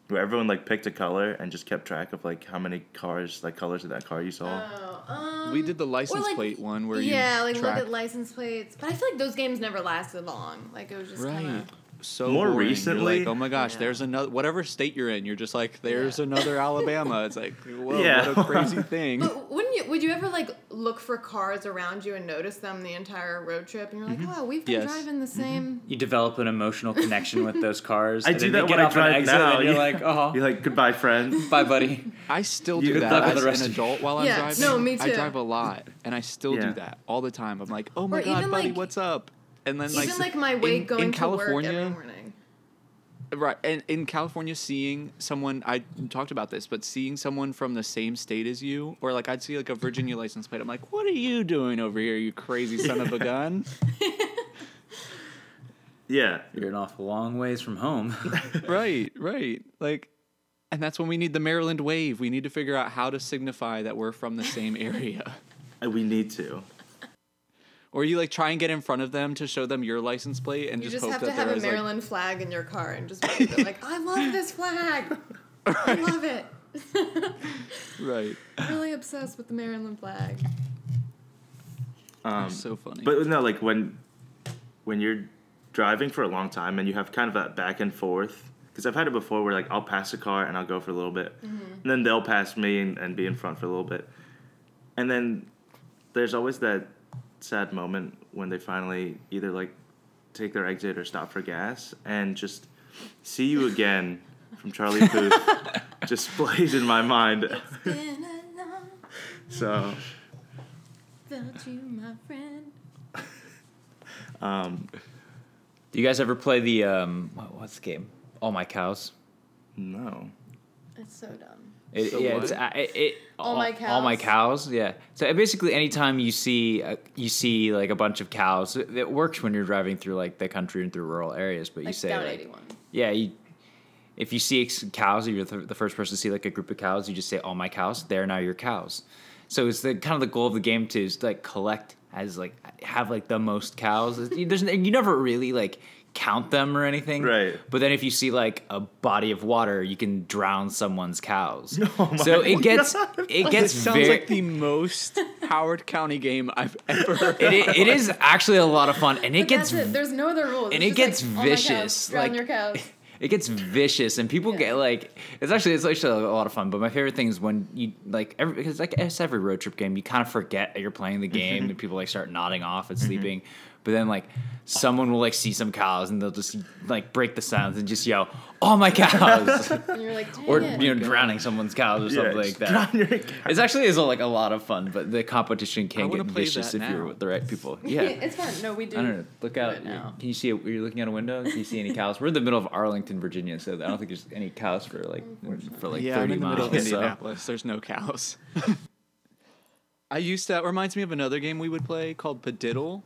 where everyone like picked a color and just kept track of like how many cars, like colors of that car you saw. Oh, um, We did the or, license like, plate one where you yeah, like look track- at license plates. But I feel like those games never lasted long. Like it was just right. kind of So More boring. You're recently- like, oh my gosh, Yeah. there's another whatever state you're in. You're just like, there's Yeah. another Alabama. It's like, whoa, Yeah. what a crazy thing. But wouldn't you? Would you ever like look for cars around you and notice them the entire road trip? And you're like, wow, we've Mm-hmm. been Yes. Mm-hmm. driving the same. You develop an emotional connection with those cars. I and do then that they get when I off an drive exit now. And you're Yeah. like, oh, You're like, goodbye, friend. "Uh-huh. Bye, buddy. I still You- do Good that luck with as the rest an of you. adult while I'm Yeah, driving. no, me I too. drive a lot, and I still Yeah. do that all the time. I'm like, oh my Or god, even, buddy, like- what's up? And then Even like my way in, going in to California, work every morning. Right, and in California, seeing someone I talked about this, but seeing someone from the same state as you, or like I'd see like a Virginia license plate, I'm like, "What are you doing over here, you crazy son of a gun?" Yeah. you're an awful long ways from home. right, right, like, and that's when we need the Maryland wave. We need to figure out how to signify that we're from the same area, And We need to. or you like try and get in front of them to show them your license plate, and You just, just hope have that to have there a is, like- Maryland flag in your car and just wave it, like, I love this flag. I love it. right, really obsessed with the Maryland flag. Um, so funny. But no, like when when you're driving for a long time and you have kind of that back and forth. Because I've had it before where like I'll pass a car and I'll go for a little bit, and then they'll pass me and, and be in front for a little bit, and then there's always that sad moment when they finally either like take their exit or stop for gas and just see you again from Charlie Puth just plays in my mind. Been a long So felt you, my friend. um, Do you guys ever play the um? What, what's the game? All my cows. no, It's so dumb. It, So yeah, what? it's, I- it, it, All my All my cows? cows. Yeah. So uh, basically, anytime you see uh, you see like a bunch of cows, it, it works when you're driving through like the country and through rural areas. But you Like say down like, 81. yeah, you, if you see ex- cows, or you're th- the first person to see like a group of cows, you just say all my cows. They're now your cows. So it's the kind of the goal of the game to is like collect as like have like the most cows. It's- you- There's n- you never really like count them or anything. Right. But then if you see like a body of water, you can drown someone's cows. Oh my so it gets God. it this gets sounds very like the most Howard County game I've ever heard. it, i- it is actually a lot of fun and it But gets that's it. There's no other rules. and It's just it like, gets "Oh my cows, vicious, drown like- your cows. it gets vicious and people Yeah. get like it's actually it's actually a lot of fun but my favorite thing is when you like every because like it's every road trip game you kind of forget that you're playing the game Mm-hmm. and people like start nodding off and sleeping but then like someone will like see some cows and they'll just like break the silence and just yell oh my cows And you're like, dang or it. you know drowning someone's cows or something like that Drown your cow. it's actually is like a lot of fun but the competition I can wanna get play vicious that if you're now. with the right people Yeah. yeah it's fun. No, we do. I don't know. Look out. right now. Can you see? A, are you looking out a window? Can you see any cows? We're in the middle of Arlington, Virginia, so I don't think there's any cows for like for like yeah, I'm thirty in the middle of miles. So. Indianapolis. There's no cows. I used to. That reminds me of another game we would play called Padiddle,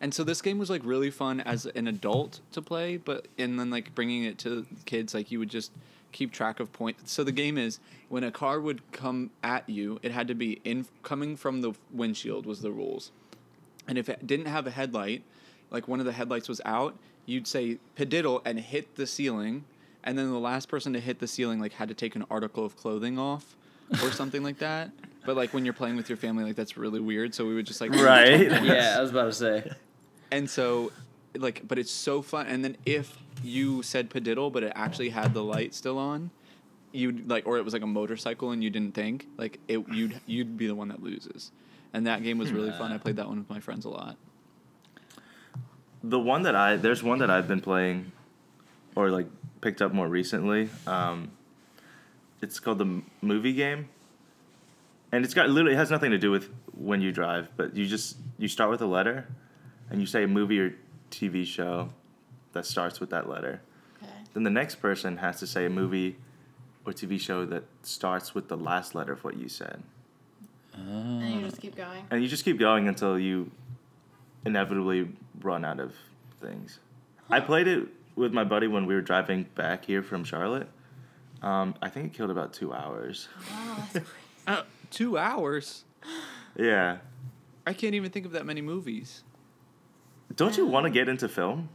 and so this game was like really fun as an adult to play, but and then like bringing it to kids, like you would just keep track of points. So the game is when a car would come at you, it had to be in coming from the windshield was the rules, and if it didn't have a headlight, like one of the headlights was out, you'd say padiddle and hit the ceiling, and then the last person to hit the ceiling like had to take an article of clothing off or something like that. But like when you're playing with your family, like that's really weird. So we would just like Right. Yeah, I was about to say. and so like but it's so fun and then if you said padiddle but it actually had the light still on you'd like or it was like a motorcycle and you didn't think like it you'd you'd be the one that loses and that game was really fun i played that one with my friends a lot The one that I there's one that I've been playing, or like picked up more recently. Um, it's called the M- movie game, and it's got literally it has nothing to do with when you drive, but you just you start with a letter, and you say a movie or TV show that starts with that letter. Okay. Then the next person has to say a movie or TV show that starts with the last letter of what you said, And you just keep going. and you just keep going until you inevitably run out of things. I played it with my buddy when we were driving back here from Charlotte. Um, I think it killed about two hours. Wow, Oh, that's uh, two hours Yeah. i can't even think of that many movies Don't you want to get into film?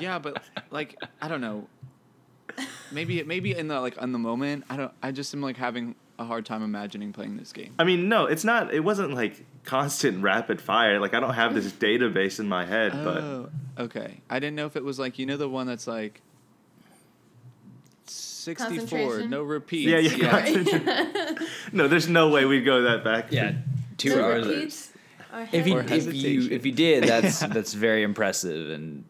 yeah but like i don't know maybe maybe in the like on the moment, I don't. I just am like having a hard time imagining playing this game. I mean, no, it's not. It wasn't like constant rapid fire. Like I don't have this database in my head, but Oh, okay. I didn't know if it was like you know the one that's like sixty-four, Concentration? no repeats. yeah, yeah. no, there's no way we'd go that back. Yeah, two No hours. repeats are If you Or heavy. if you hesitation. if you did, that's that's very impressive and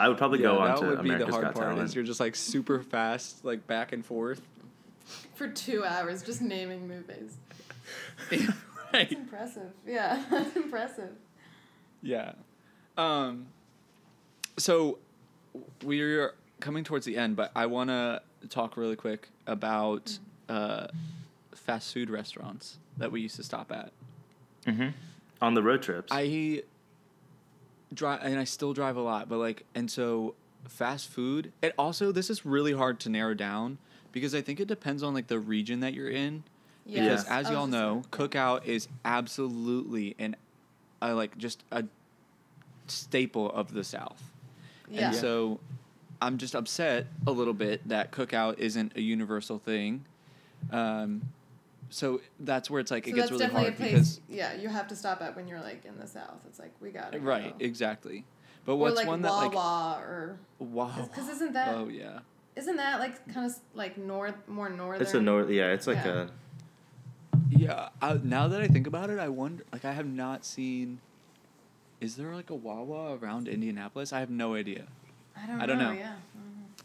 I would probably Yeah, go on that to would be America's the hard Got part. Talent. Is you're just like super fast, like back and forth. for two hours just naming movies. right. That's impressive. Yeah, that's impressive. Yeah. Um, so we're coming towards the end, but I want to talk really quick about uh, fast food restaurants that we used to stop at. on the road trips. I drive, and I still drive a lot, but like, and so fast food. It also this is really hard to narrow down because I think it depends on like the region that you're in. Yeah. Because Yeah. as I was y'all just- know, cookout is absolutely an, uh, like just a staple of the South. Yeah. And so I'm just upset a little bit that cookout isn't a universal thing. Um, so that's where it's like So it gets that's really definitely hard a place. because yeah, you have to stop at when you're like in the south. It's like we got to right, Go. exactly. But Or what's like one that Wawa like or wow? because isn't that Oh yeah. isn't that like kind of like north more northern? it's a north. Yeah, it's like Yeah. a. Yeah, I, now that I think about it, I wonder. Like, I have not seen. Is there like a Wawa around Indianapolis? I have no idea. I don't, I don't know, know. Yeah.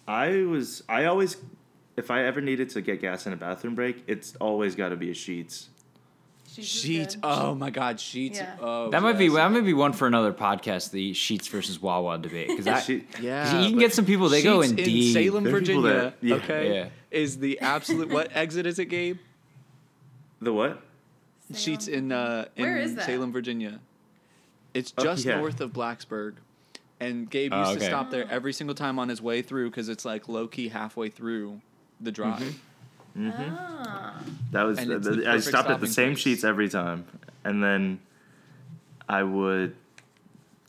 I was. I always, if I ever needed to get gas in a bathroom break, it's always got to be a Sheets. She's just Sheets. good. Oh my God, sheets. Yeah. Oh, that might be yes. that might be one for another podcast. The Sheets versus Wawa debate because I. She- Yeah, you can but get some people. They go Sheetz in deep. Salem, There are people Virginia. that- yeah. okay, Yeah. is the absolute what exit is it, Gabe? the what? Salem. Sheets in uh, in Where is that? Salem, Virginia. It's Oh, just yeah. north of Blacksburg, and Gabe Oh, used to okay. stop there every single time on his way through because it's like low key halfway through the drive. Mm-hmm. Mm-hmm. Ah. That was. And it's th- the th- I perfect stopped at the stopping same place. Sheets every time, and then I would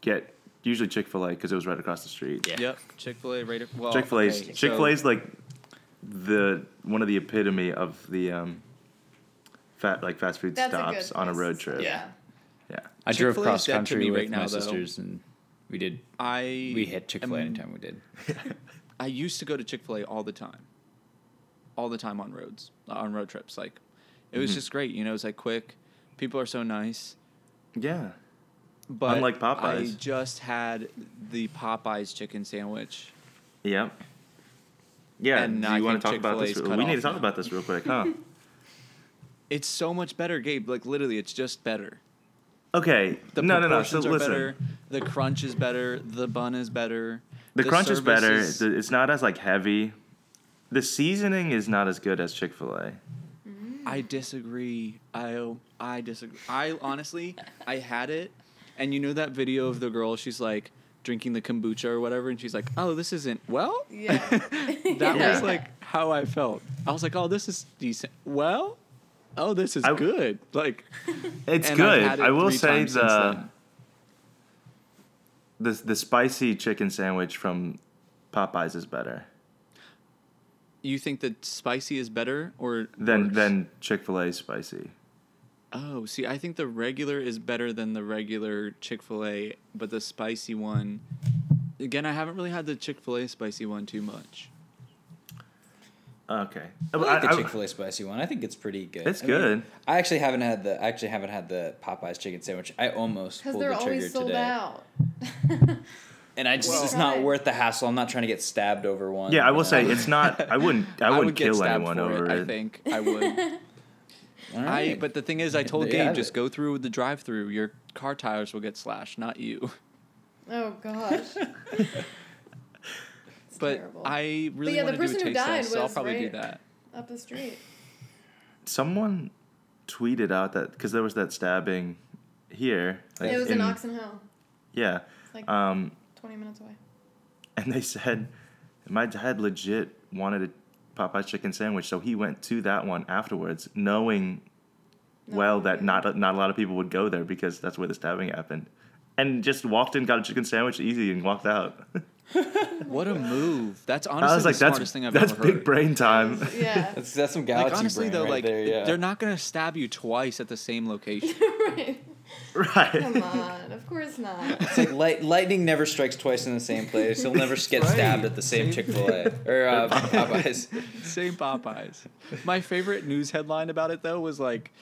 get usually Chick Fil A because it was right across the street. Yeah. Yep, Chick Fil A right. ac- Well, Chick Fil A's. Oh, okay, Chick Fil A's like the one of the epitome of the um, fat like fast food That's a stops good on a place road to trip. stop, Yeah. Yeah. I drove Chick-fil-A's cross dead to me country right with my now, though. sisters, and we did. I We hit Chick Fil A am- anytime we did. I used to go to Chick Fil A all the time, all the time on roads, uh, on road trips. Like, it Mm-hmm. was just great. You know, it's like quick. People are so nice. Yeah. But Unlike Popeyes. I just had the Popeyes chicken sandwich. Yep. Yeah. And do I you want think to talk about this? Chick-fil-A's real- cut We need off to talk now. about this real quick, huh? It's so much better, Gabe. Like literally, it's just better. Okay. The no, no, no. So proportions are listen. better. The crunch is better. The bun is better. The, crunch is service better. is- The- It's not as like heavy. The seasoning is not as good as Chick Fil A. I disagree. I I disagree. I honestly, I had it, and you know that video of the girl. She's like drinking the kombucha or whatever, and she's like, "Oh, this isn't well." Yeah. That Yeah. was like how I felt. I was like, "Oh, this is decent." Well, oh, this is I- good. Like, It's And I've good. had it I will three say times since the, then. the the spicy chicken sandwich from Popeyes is better you think that spicy is better or than worse? than Chick Fil A spicy. Oh, see, I think the regular is better than the regular Chick Fil A, but the spicy one. Again, I haven't really had the Chick Fil A spicy one too much. Okay, I like I- the I- Chick Fil A spicy one. I think it's pretty good. It's I mean, good. I actually haven't had the. I actually haven't had the Popeyes chicken sandwich. I almost Because pulled they're the trigger always sold today, out. and I just Well- it's not Right. worth the hassle. I'm not trying to get stabbed over one. yeah, I you know? will say it's not. I wouldn't. I wouldn't would get kill stabbed anyone for over it, it. I think I would. All I right. but the thing is, I told There you Gabe have just it. go through the drive-through. Your car tires will get slashed, not you. Oh gosh. It's But terrible. I really yeah, the want to do a person who taste died test, so I'll was probably do right- that. up the street. Someone tweeted out that because there was that stabbing here. like, It was in, Oxon Hill. Yeah. It's like Um, twenty minutes away. and they said my dad legit wanted a Popeye's chicken sandwich, so he went to that one afterwards, knowing No, well I that didn't. not not a lot of people would go there because that's where the stabbing happened, and just walked in, got a chicken sandwich easy, and walked out. What a move! That's honestly I was like, the that's smartest thing I've that's ever big heard. brain time. Yeah. That's, that's some galaxy Like honestly brain though, right like there, yeah. they're not gonna stab you twice at the same location. right. Come right. on. Of course not. It's like light, lightning never strikes twice in the same place. He'll never get Right. stabbed at the same Chick Fil A or uh, Popeyes. same Popeyes. My favorite news headline about it though was like,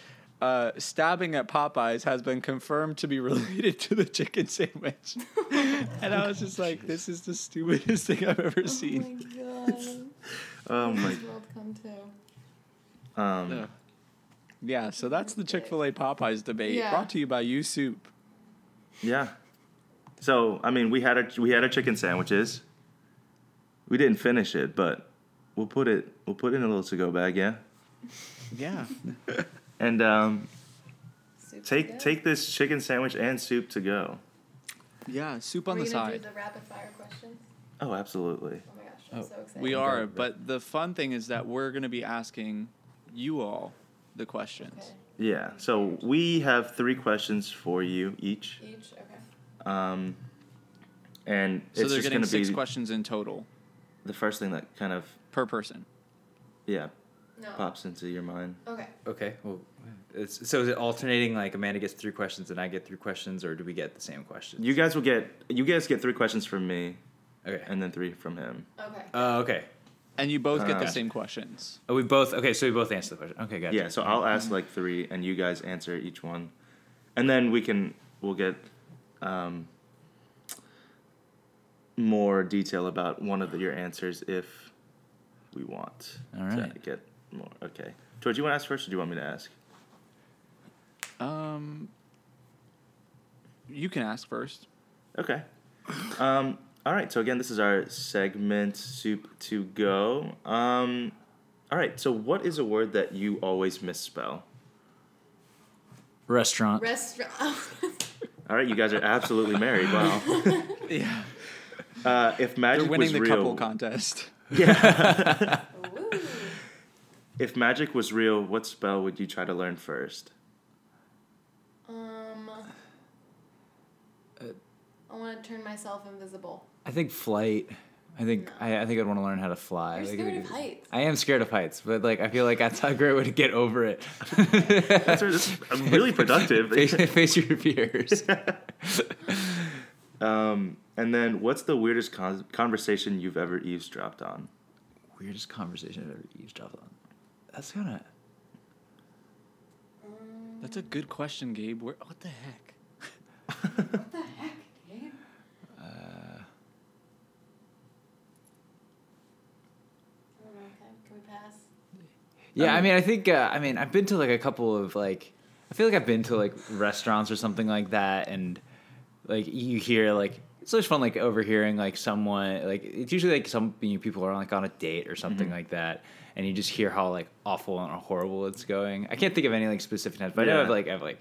uh, stabbing at Popeyes has been confirmed to be related to the chicken sandwich, and I was just like, this is the stupidest thing I've ever Oh seen. my god. Oh my. This world come to. Um, Ugh. Yeah, so that's the Chick Fil A Popeyes debate Yeah. brought to you by You Soup. Yeah. So I mean, we had our we had our chicken sandwiches. We didn't finish it, but we'll put it we'll put it in a little to go bag, yeah. Yeah, And um, Soup take to go. take this chicken sandwich and soup to go. yeah, soup We're on the gonna side. do the rapid fire questions. Oh, absolutely. Oh my gosh, I'm so excited. We are, but the fun thing is that we're going to be asking you all the questions. Okay. Yeah. So we have three questions for you each, Each. Okay. um, and So it's they're just getting going to six be questions in total the first thing that kind of per person. yeah No. pops into your mind. Okay. Okay. Well, it's, so is it alternating? Like Amanda gets three questions and I get three questions, or do we get the same question? You guys will get you guys get three questions from me, Okay. and then three from him. Okay. Oh, okay. And you both get the Ah. Uh, same questions. Oh, we both. Okay, so we both answer the question. Okay, gotcha. Yeah, so Mm-hmm. I'll ask like three, and you guys answer each one, and then we can we'll get um, more detail about one of the, your answers if we want. All to right. get more. Okay, George, you want to ask first, or do you want me to ask? Um, you can ask first. Okay. Um, all right. So again, this is our segment soup to go. Um, all right. So what is a word that you always misspell? Restaurant. Restaurant. All right, you guys are absolutely married. Wow. Yeah. Uh, if They're magic winning was the real, couple contest. Woo. If magic was real, what spell would you try to learn first? Um. Uh. I want to turn myself invisible. I think flight. I think I, I think I'd want to learn how to fly. You're Like, I scared think- of heights. Uh. I am scared of heights, but like I feel like that's a great way to get over it. That's that's uh, really face, productive. face your fears. um, and then, what's the weirdest con- conversation you've ever eavesdropped on? Weirdest conversation I've ever eavesdropped on. That's kind of. Um, That's a good question, Gabe. Where, what the heck? What the heck, Gabe? uh, I don't know, okay, Oh can we pass? Yeah, I mean, I think uh, I mean I've been to like a couple of like I feel like I've been to like restaurants or something like that, and like you hear like it's always fun like overhearing like someone like it's usually like some you know, people are like on a date or something Mm-hmm. like that, and you just hear how like awful and horrible it's going. I can't think of any like specific times, but I know Yeah. I've like I've like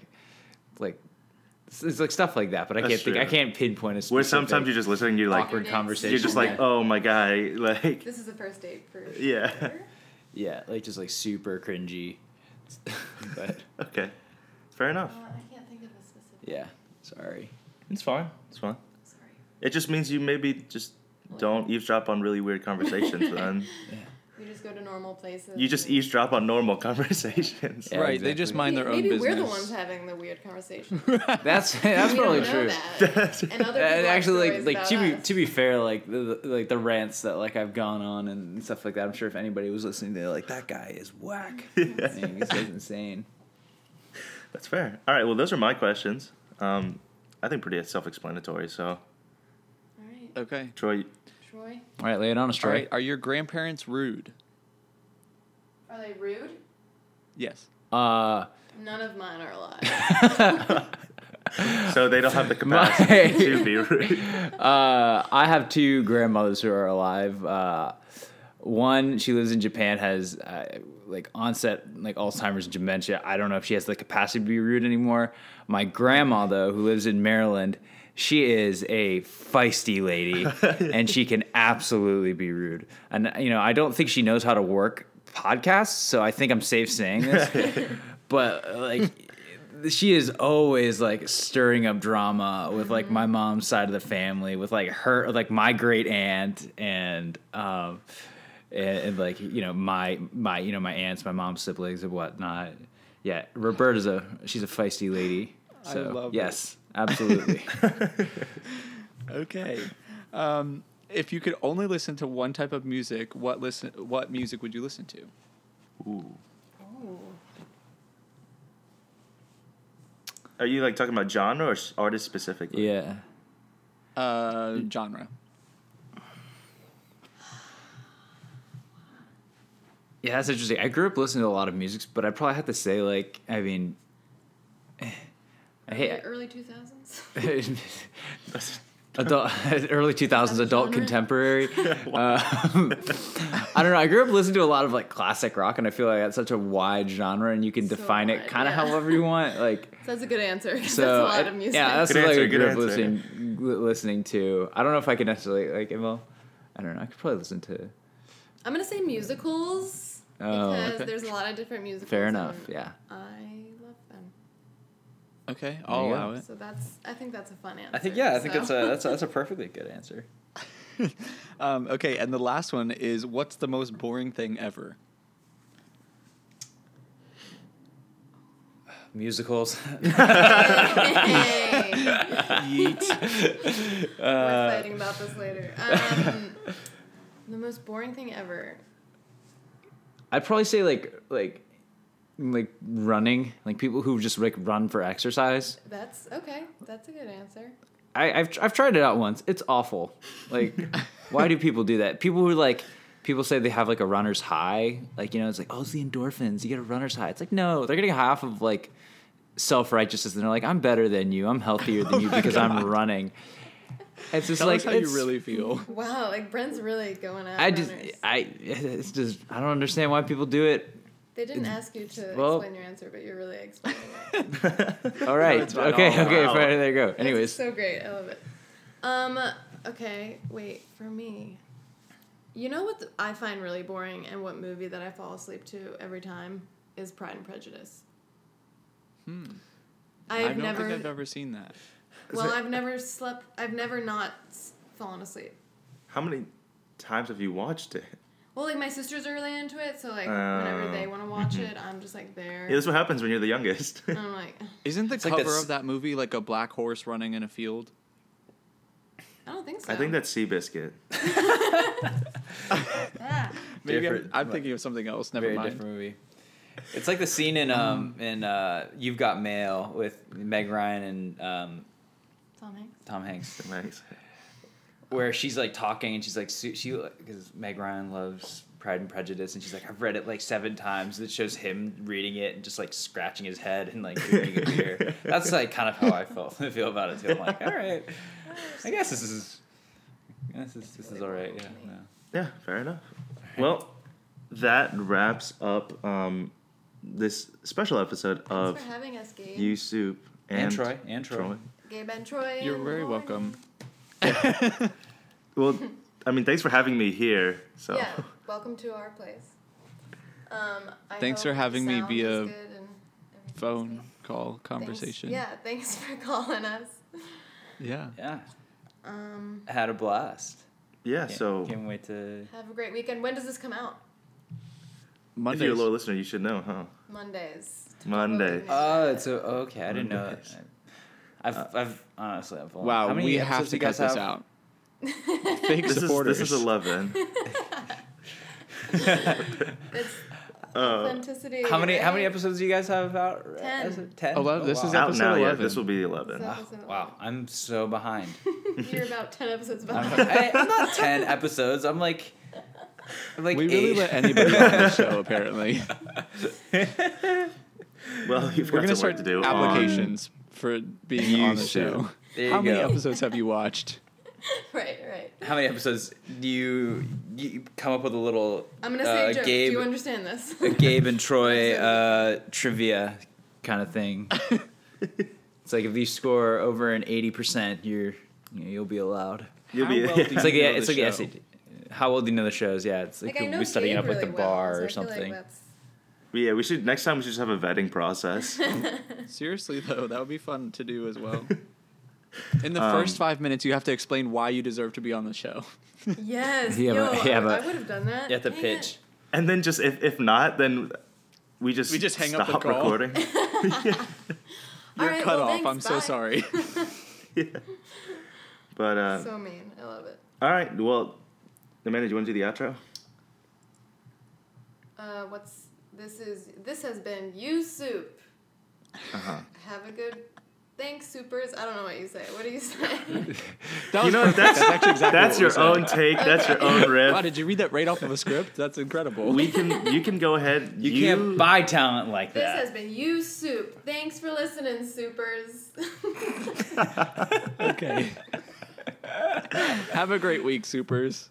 like it's, it's, like stuff like that, but I That's can't think I true. can't pinpoint a specific Where sometimes you're just listening, you're like, awkward You're conversation. you're just like, yeah. oh my god, like, This is the first date for Yeah. sure. Uh, yeah, like just like super cringy, but okay, fair Uh, enough. I can't think of a specific. yeah, sorry. It's fine. It's fine. Sorry. It just means you maybe just don't eavesdrop on really weird conversations. then We just go to normal places. you just and- eavesdrop on normal conversations. Yeah, right, they just exactly. mind their Maybe own business. we're the ones having the weird conversation. That's that's we probably don't true. Know that. and other people And have actually, like stories like about to be us. to be fair, like the, the- like the rants that like I've gone on and stuff like that. I'm sure if anybody was listening, they're like, "That guy is whack. Man, this guy's insane." That's fair. All right. Well, those are my questions. Um, I think pretty self-explanatory. So, All right, Okay. Troy, Troy. All right, lay it on us, All Troy. right. Are your grandparents rude? Are they rude? Yes. Uh, None of mine are alive. so they don't have the My- capacity to be rude. uh, I have two grandmothers who are alive. Uh, one, she lives in Japan, has uh, like onset like Alzheimer's and dementia. I don't know if she has the capacity to be rude anymore. My grandma, though, who lives in Maryland, she is a feisty lady, and she can absolutely be rude. And you know, I don't think she knows how to work podcasts, so I think I'm safe saying this. but like she is always like stirring up drama with like my Mm-hmm. mom's side of the family with like her like my great aunt and um and, and like you know my my you know my aunts my mom's siblings and whatnot yeah roberta's a she's a feisty lady I so love it. yes absolutely Okay. Um, if you could only listen to one type of music, what listen what music would you listen to? Ooh. Oh. Are you like talking about genre or s- artist specifically? yeah Uh, Hmm. genre. Yeah, that's interesting. I grew up listening to a lot of music, but I probably have to say, like, I mean, I The hate early 2000s. adult, early two thousands Is that a adult genre? contemporary. Um, I don't know. I grew up listening to a lot of like classic rock, and I feel like that's such a wide genre, and you can So define it wide, kind of yeah. however you want. Like, That's a good answer. 'cause so that's a lot I- of music. yeah, that's Good what answer, I good grew up answer. listening li- listening to. I don't know if I could necessarily like. Well, I don't know. I could probably listen to. I'm gonna say musicals Oh, because okay. there's a lot of different musicals. fair enough. and Yeah. I love them. Okay, I'll you go. allow it. So that's. I think that's a fun answer. I think yeah, I think so. that's a that's a, that's a perfectly good answer. Um, okay, and the last one is what's the most boring thing ever? Musicals. Hey. We're fighting about this later. Um, the most boring thing ever. I'd probably say like like like running, like people who just like run for exercise. That's okay. That's a good answer. I, I've I've tried it out once. It's awful. Like, why do people do that? People who like people say they have like a runner's high. Like you know, it's like oh, it's the endorphins. You get a runner's high. It's like no, they're getting high off of like self righteousness. And they're like, I'm better than you. I'm healthier than you because I'm running. It's just Oh Tell like us how it's- you really feel. Wow, like Brent's really going at I just runners. I it's just I don't understand why people do it. They didn't ask you to well- explain your answer, but you're really explaining it. All right, it's fine. okay, Oh, okay, wow. fine, there you go. It's Anyways, so great. I love it. Um, okay, wait for me. You know what th- I find really boring, and what movie that I fall asleep to every time is Pride and Prejudice. Hmm. I I've don't never. think I've ever seen that. well, I've never slept. I've never not s- fallen asleep. How many times have you watched it? Well, like my sisters are really into it, so like Oh. whenever they want to watch Mm-hmm. it, I'm just like there. Yeah, that's what happens when you're the youngest. And I'm like, Isn't the It's like cover this- of that movie like a black horse running in a field? I don't think so. I think that's Seabiscuit. Ah. Maybe I'm, Different- I'm thinking of something else. Never Very mind. different movie. It's like the scene in um in uh You've Got Mail with Meg Ryan and um Tom Hanks. Tom Hanks, Nice. where she's like talking and she's like su- she because Meg Ryan loves Pride and Prejudice and she's like I've read it like seven times. And it shows him reading it and just like scratching his head and like drinking a beer. That's like kind of how I felt I feel about it too. I'm like all right, I guess this is. I guess this, this is all right. Yeah. yeah. Yeah, fair enough. Well, that wraps up um, this special episode of Thanks for having us, Gabe. You Soup and, And, Troy. And Troy. Gabe and Troy. You're in the very morning. welcome. Well, I mean, thanks for having me here. So Yeah, welcome to our place. Um, I Thanks hope for having me sound via is good and everything's Phone good. call conversation. Thanks. Yeah, thanks for calling us. Yeah. Yeah. Um, Had a blast. yeah, Can't- so can't wait to have a great weekend. When does this come out? if you're a Mondays. loyal listener, you should know, huh? Mondays. Monday. Oh, it's a, okay. I didn't know. that. Nice. I've, I've honestly, I've Wow, we have to cut this out. Big This is, supporters. this is 11. It's Uh, authenticity. How many, how right? many episodes do you guys have out? right? Ten. Is it Ten. Oh, Eleven. This is wow. out episode now, yeah. 11. This will be the 11. So- Wow. Wow, I'm so behind. You're about ten episodes I'm, behind. I, am not ten episodes. I'm like, I'm like we really eight. let anybody on the show, apparently. Well, you've We're got gonna some work start to do. on- applications for being on the YouTube. show. There How you many go. episodes have you watched? right, right. How many episodes do you, you come up with a little? I'm gonna uh, say joke. Gabe, Do you understand this? a Gabe and Troy uh, trivia kind of thing. It's like if you score over an eighty percent, you're you know, you'll be allowed. You'll How be, well do It's you like the know it's the like the show? SAT. How well do you know the shows? Yeah, it's like, like I know we're studying Gabe up like really the well, bar so I feel or like something. that's- yeah, we should next time we should just have a vetting process. Seriously though, that would be fun to do as well. In the first five minutes, you have to explain why you deserve to be on the show. Yes. Yeah, yo, but- yeah, I, but- would have done that. You have to Dang pitch. and then just if, if not, then we just We just hang up stop the call. recording. it. You're All right, cut well, off. thanks, I'm so bye. sorry. But uh, So mean. I love it. all right, well, Amanda, do you want to do the outro? Uh, what's this is this has been you soup. Uh-huh. Have a good thanks supers. I don't know what you say. What do you say? That was You know perfect. that's actually exactly that's what your we said. own take. That's your own Wow, riff. did you read that right off of a script? That's incredible. We can you can go ahead. You, can't buy talent like this that. has been you soup. Thanks for listening, supers. okay. Have a great week, supers.